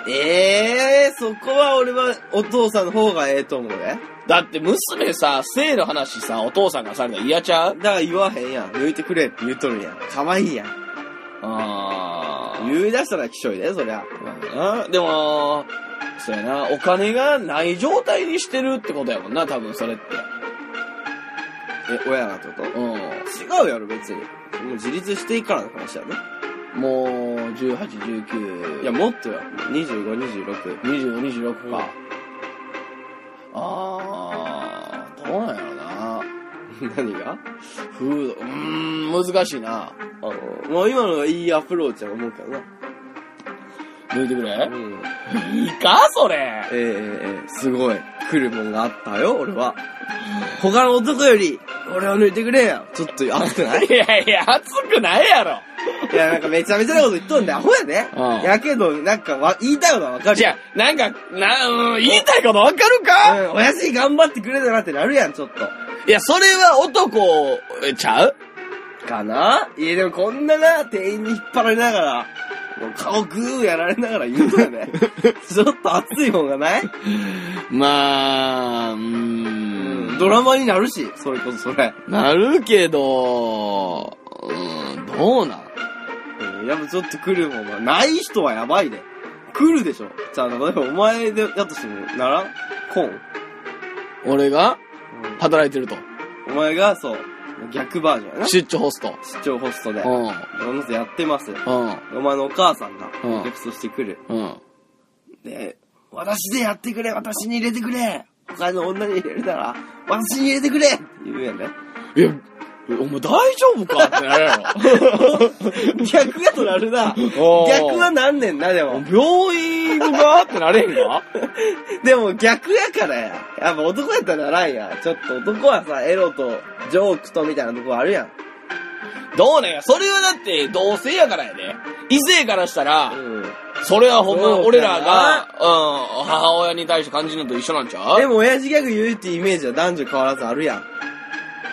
Speaker 2: ええー、そこは俺はお父さんの方がええと思うね。
Speaker 1: だって娘さ、性の話さ、お父さんがされたら嫌ちゃ
Speaker 2: だ
Speaker 1: う
Speaker 2: から言わへんやん。抜いてくれって言うとるやん。可愛いやん。
Speaker 1: あー
Speaker 2: 言い出したらきしょいで、そりゃ。
Speaker 1: まあなでも、そうやな、お金がない状態にしてるってことやもんな、多分それって。
Speaker 2: え、親がってこと
Speaker 1: う
Speaker 2: 違うやろ、別に。もう自立していいからの話やね。
Speaker 1: ん。もう、18、19。
Speaker 2: いや、もっとよ。25、26。
Speaker 1: 20、26
Speaker 2: うん
Speaker 1: か。あー、どうなんやろな。
Speaker 2: *laughs* 何が
Speaker 1: フード、うーん、難しいな。
Speaker 2: あの、もう今のがいいアプローチや思うけどな。
Speaker 1: 抜いてくれ
Speaker 2: うん。
Speaker 1: いいかそれ
Speaker 2: ええええええすごい。来るもんがあったよ、俺は。他の男より、俺を抜いてくれよ。ちょっと熱くない
Speaker 1: いやいや、熱くないやろ
Speaker 2: *laughs* いや、なんかめちゃめちゃなこと言っとんだよ。アホやね。
Speaker 1: うん
Speaker 2: やけど、なんかわ、言いたいことはわかる
Speaker 1: じ
Speaker 2: よ。
Speaker 1: ゃあ、なんか、な、うん、言いたいことわかるか、
Speaker 2: うん、親父頑張ってくれたなってなるやん、ちょっと。
Speaker 1: いや、それは男、えちゃう
Speaker 2: かないやでもこんなな、店員に引っ張られながら、もう顔グーやられながら言うとよね。
Speaker 1: *laughs*
Speaker 2: ちょっと熱いもんがない
Speaker 1: まあ、うー
Speaker 2: うん
Speaker 1: ん、
Speaker 2: ドラマになるし、それこそそれ。
Speaker 1: なるけど、うん、どうなん
Speaker 2: うんやっぱちょっと来るもんがない人はやばいで。来るでしょ。じゃあ、例えばお前でやっとしても、ならんコーン。
Speaker 1: 俺が働いてると。
Speaker 2: お前が、そう、逆バージョンやな。
Speaker 1: 出張ホスト。
Speaker 2: 出張ホストで
Speaker 1: う。ん、
Speaker 2: この人やってます。
Speaker 1: うん、
Speaker 2: お前のお母さんが、
Speaker 1: うん
Speaker 2: お客として来る。
Speaker 1: うん。
Speaker 2: で、私でやってくれ、私に入れてくれ他の女に入れるなら、私に入れてくれって言うやんね。 *laughs*
Speaker 1: いや、お前大丈夫かってなるや
Speaker 2: 逆やとなるな。
Speaker 1: おー
Speaker 2: 逆はなんねんな、でも。
Speaker 1: ろ。病院がってなれへんか
Speaker 2: でも逆やからや。やっぱ男やったらならんや。ちょっと男はさ、エロとジョークとみたいなとこあるやん。
Speaker 1: どうなんや、それはだって同性やからやで。異性からしたら、
Speaker 2: うん。
Speaker 1: それはほんま
Speaker 2: そう
Speaker 1: 俺
Speaker 2: かな
Speaker 1: らが、うん、母親に対して感じるのと一緒なんちゃう
Speaker 2: でも親父ギャグ言うってイメージは男女変わらずあるやん。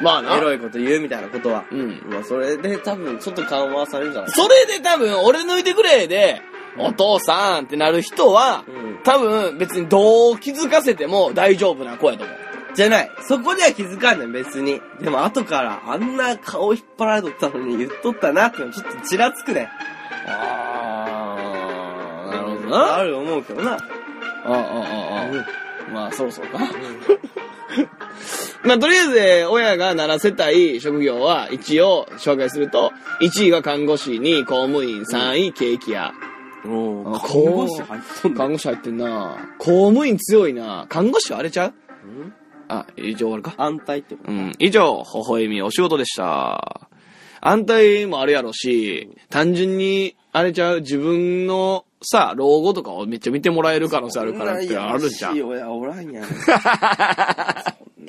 Speaker 1: まあな
Speaker 2: エ。ロいこと言うみたいなことは。
Speaker 1: うん。
Speaker 2: まあそれで多分ちょっと緩和されるんじゃない
Speaker 1: それで多分、俺抜いてくれで、お父さんってなる人は、
Speaker 2: うん
Speaker 1: 多分別にどう気づかせても大丈夫な子やと思う。
Speaker 2: じゃない。そこでは気づかんねん、別に。でも後からあんな顔引っ張られとったのに言っとったなってのちょっとちらつくね。
Speaker 1: あー、なるほど
Speaker 2: あ
Speaker 1: な。
Speaker 2: る思うけどな。
Speaker 1: ああ、ああ、あまあそろそろか。 *laughs* まあとりあえずえー、親が7世帯職業は一応紹介すると、1位が看護師、2位公務員、3位ケーキ屋。
Speaker 2: お
Speaker 1: あ
Speaker 2: 看護師入っとんだ。
Speaker 1: 看護師入ってんな公務員強いな看護師はあれちゃうあ、以上終わるか。
Speaker 2: 安泰ってこ
Speaker 1: うん。以上、微笑みお仕事でした。安泰もあるやろし、単純に、あれちゃう、自分のさ、老後とかをめっちゃ見てもらえる可能性あ
Speaker 2: と。
Speaker 1: るからってあるじゃ
Speaker 2: そんないやらしい
Speaker 1: ん。
Speaker 2: 親おらんやん。そん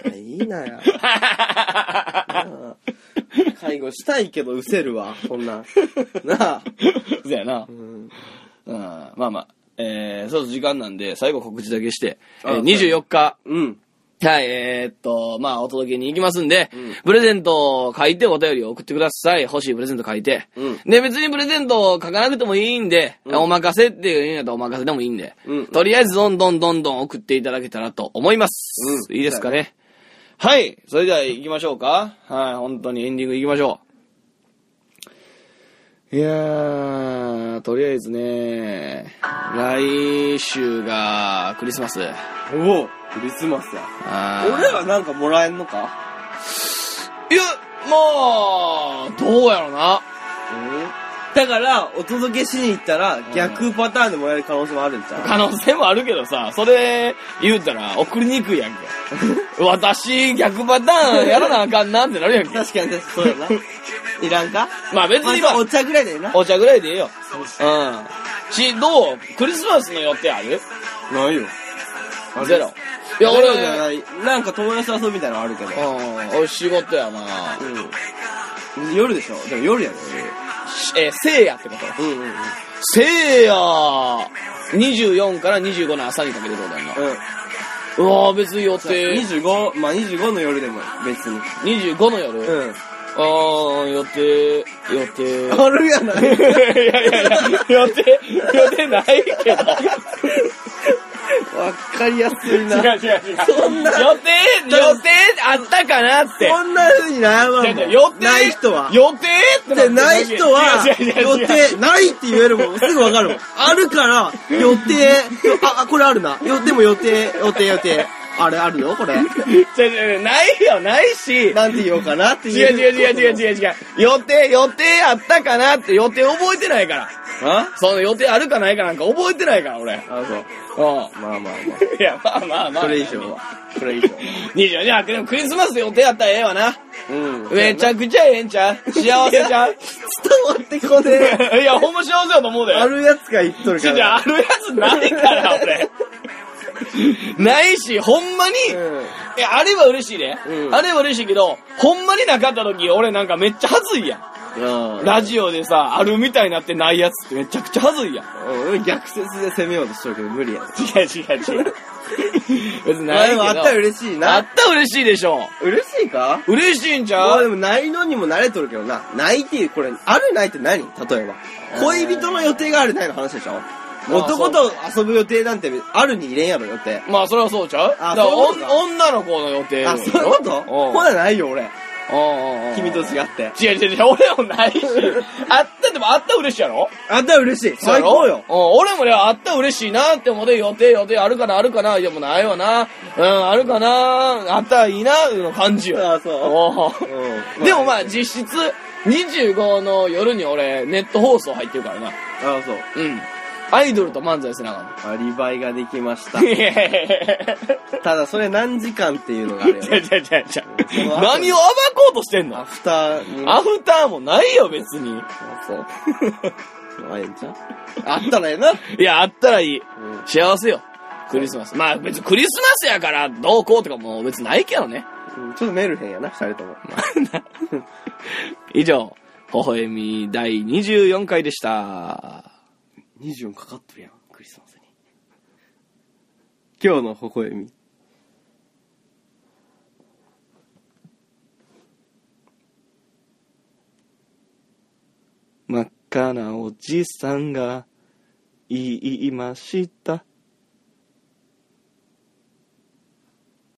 Speaker 2: ないいなや。なあ介護したいけど失せるわ、そんな。なあ。
Speaker 1: *laughs* そうやな。うん。まあまあ。えー、そうそう時間なんで、最後告知だけして、え
Speaker 2: あ
Speaker 1: ー、24日、
Speaker 2: うん。
Speaker 1: はい、えーっと、まあ、お届けに行きますんで、
Speaker 2: ん
Speaker 1: プレゼントを書いてお便りを送ってください。欲しいプレゼント書いて。
Speaker 2: うん
Speaker 1: で、別にプレゼントを書かなくてもいいんで、
Speaker 2: うん
Speaker 1: お任せっていうんやったらお任せでもいいんで、
Speaker 2: うん
Speaker 1: とりあえずどんどんどんどん送っていただけたらと思います。
Speaker 2: うん
Speaker 1: いいですかね。はい、それでは行きましょうか。はい、本当にエンディング行きましょう。いやー、とりあえずね、来週がクリスマス。
Speaker 2: おお、クリスマスや。
Speaker 1: あー
Speaker 2: 俺らなんかもらえんのか
Speaker 1: いや、あ、どうやろな。
Speaker 2: だから、お届けしに行ったら、逆パターンでもらえる可能性もあるんちゃう
Speaker 1: 可能性もあるけどさ、それ言うたら送りにくいやんか。
Speaker 2: *laughs*
Speaker 1: 私、逆パターンやらなあかんなってなるやんか。
Speaker 2: 確かに、確かにそうやな。いらんか
Speaker 1: まあ別に
Speaker 2: まあ
Speaker 1: ま
Speaker 2: お茶ぐらいだよな
Speaker 1: あ、。お茶ぐらいでいいよ。
Speaker 2: う
Speaker 1: し、どうクリスマスの予定ある
Speaker 2: ん。ないよ。
Speaker 1: ゼロ。い
Speaker 2: い
Speaker 1: や、
Speaker 2: や、
Speaker 1: 俺、
Speaker 2: 俺じゃない。なんか友達と遊ぶみたいなのあるけど。
Speaker 1: うん、俺仕事やな
Speaker 2: うん。夜でしょでも夜やで、
Speaker 1: えー、せいやってこと
Speaker 2: うんうんうん。うん。
Speaker 1: せいや24から25の朝にかけてどうだよな。うわぁ、別に予定。
Speaker 2: 25、まあ25の夜でも別に。
Speaker 1: 25の夜、
Speaker 2: うん。
Speaker 1: あー、予定、予定。
Speaker 2: あるやない
Speaker 1: いやいやいや、予定、予定ないけど。
Speaker 2: わかりやすいな。
Speaker 1: 違う違う違う。
Speaker 2: そんな
Speaker 1: 予定、予定あったかなって。
Speaker 2: こんな風に悩まんも
Speaker 1: 違う違
Speaker 2: ん。
Speaker 1: う予定
Speaker 2: ない人は。
Speaker 1: 予定っ
Speaker 2: って
Speaker 1: て
Speaker 2: ない人は、
Speaker 1: 違う違う違う違
Speaker 2: 予
Speaker 1: う
Speaker 2: 定、ないって言えるもん。すぐわかるもん。あるから、予定、あ、あこれあるな。予定も予定、予定予定。あれあるよ、これ。
Speaker 1: 違う違う違うないよ、ないし。
Speaker 2: なんて言おうかなって
Speaker 1: 違う違う違う違う
Speaker 2: う。
Speaker 1: 違う違う。予定、予定あったかなって予定覚えてないから。
Speaker 2: あ
Speaker 1: その予定あるかないかなんか覚えてないから、俺。うん。
Speaker 2: あ、そう。まあまあま
Speaker 1: いや、まあまあま
Speaker 2: あ。
Speaker 1: あ。
Speaker 2: それ以上は。それ以上は。
Speaker 1: 24じゃなくて、でもクリスマス予定やったらええわな。
Speaker 2: うん
Speaker 1: めちゃくちゃええんちゃう幸せちゃう
Speaker 2: 伝わってこね
Speaker 1: いや、ほんま幸せやと思うで。
Speaker 2: え。あるやつが言っとる
Speaker 1: ち
Speaker 2: か
Speaker 1: ょ、じゃあ、
Speaker 2: ら。
Speaker 1: あるやつないから、俺。ないし、ほんまに、
Speaker 2: うん。
Speaker 1: え、あれば嬉しいね、
Speaker 2: うん
Speaker 1: あれば嬉しいけど、ほんまになかった時、俺なんかめっちゃ恥ずいやん。ラジオでさ、あるみたいになってないやつってめちゃくちゃ恥ずいやん。
Speaker 2: 俺逆説で攻めようとしとるけど無理やね。
Speaker 1: 違う違う違う。別に
Speaker 2: あ
Speaker 1: ないけ
Speaker 2: で
Speaker 1: ど。
Speaker 2: もあったら
Speaker 1: し
Speaker 2: 嬉
Speaker 1: い
Speaker 2: しい
Speaker 1: あっ
Speaker 2: な。
Speaker 1: たら嬉しいでしょ。
Speaker 2: 嬉しいか
Speaker 1: 嬉しいんち
Speaker 2: ま
Speaker 1: ゃ
Speaker 2: あで
Speaker 1: う
Speaker 2: もないのにも慣れとるけどな。ないっていう、これ、あるないって何例えば。恋人の予定があるないの話でしょ男と遊ぶ予定なんてあるに入れんやろ、予定。
Speaker 1: まあ、それはそうちゃう
Speaker 2: あ
Speaker 1: だから
Speaker 2: そういうことか
Speaker 1: おん女の子の予定
Speaker 2: あ、そういうこと
Speaker 1: おう
Speaker 2: ほなないよ、俺。
Speaker 1: おうおうおう
Speaker 2: 君と違って。
Speaker 1: 違う違う違う、俺もない
Speaker 2: *laughs*
Speaker 1: し。あった、でもあったら嬉しいやろ
Speaker 2: あんたは嬉しい。
Speaker 1: そうや
Speaker 2: 最
Speaker 1: ろ
Speaker 2: 高よ。
Speaker 1: うん、俺もね、あったら嬉しいなって思って、予定予定あるかな、あるかな、いやもうないわな、うん、あるかな、あったらいいな、の感じよ。
Speaker 2: あそう
Speaker 1: お
Speaker 2: う
Speaker 1: うんでもまあ、実質、25の夜に俺、ネット放送入ってるからな。
Speaker 2: あ、そう。
Speaker 1: うん。アイドルと漫才しなが
Speaker 2: アリバイができました
Speaker 1: *laughs*
Speaker 2: *laughs*
Speaker 1: ら。。いやいやいやいや
Speaker 2: ただ、それ何時間っていうのがあるよ
Speaker 1: 違う
Speaker 2: ね。
Speaker 1: 違う違う違う
Speaker 2: その後
Speaker 1: 何を暴こうとしてんの
Speaker 2: アフターに。
Speaker 1: アフターもないよ、別に。
Speaker 2: あ、そう。 *laughs* まあええんちゃうあったらええな。
Speaker 1: いや、あったらいい。
Speaker 2: うん
Speaker 1: 幸せよ。クリスマス。まあ別にクリスマスやからどうこうとかもう別にないけどね。
Speaker 2: うんちょっとメルヘンやな、二人とも。
Speaker 1: *laughs* 以上、微笑み第24回でした。
Speaker 2: 24かかっとるやんクリスマスに今日の微笑み
Speaker 1: 真っ赤なおじさんが言いました。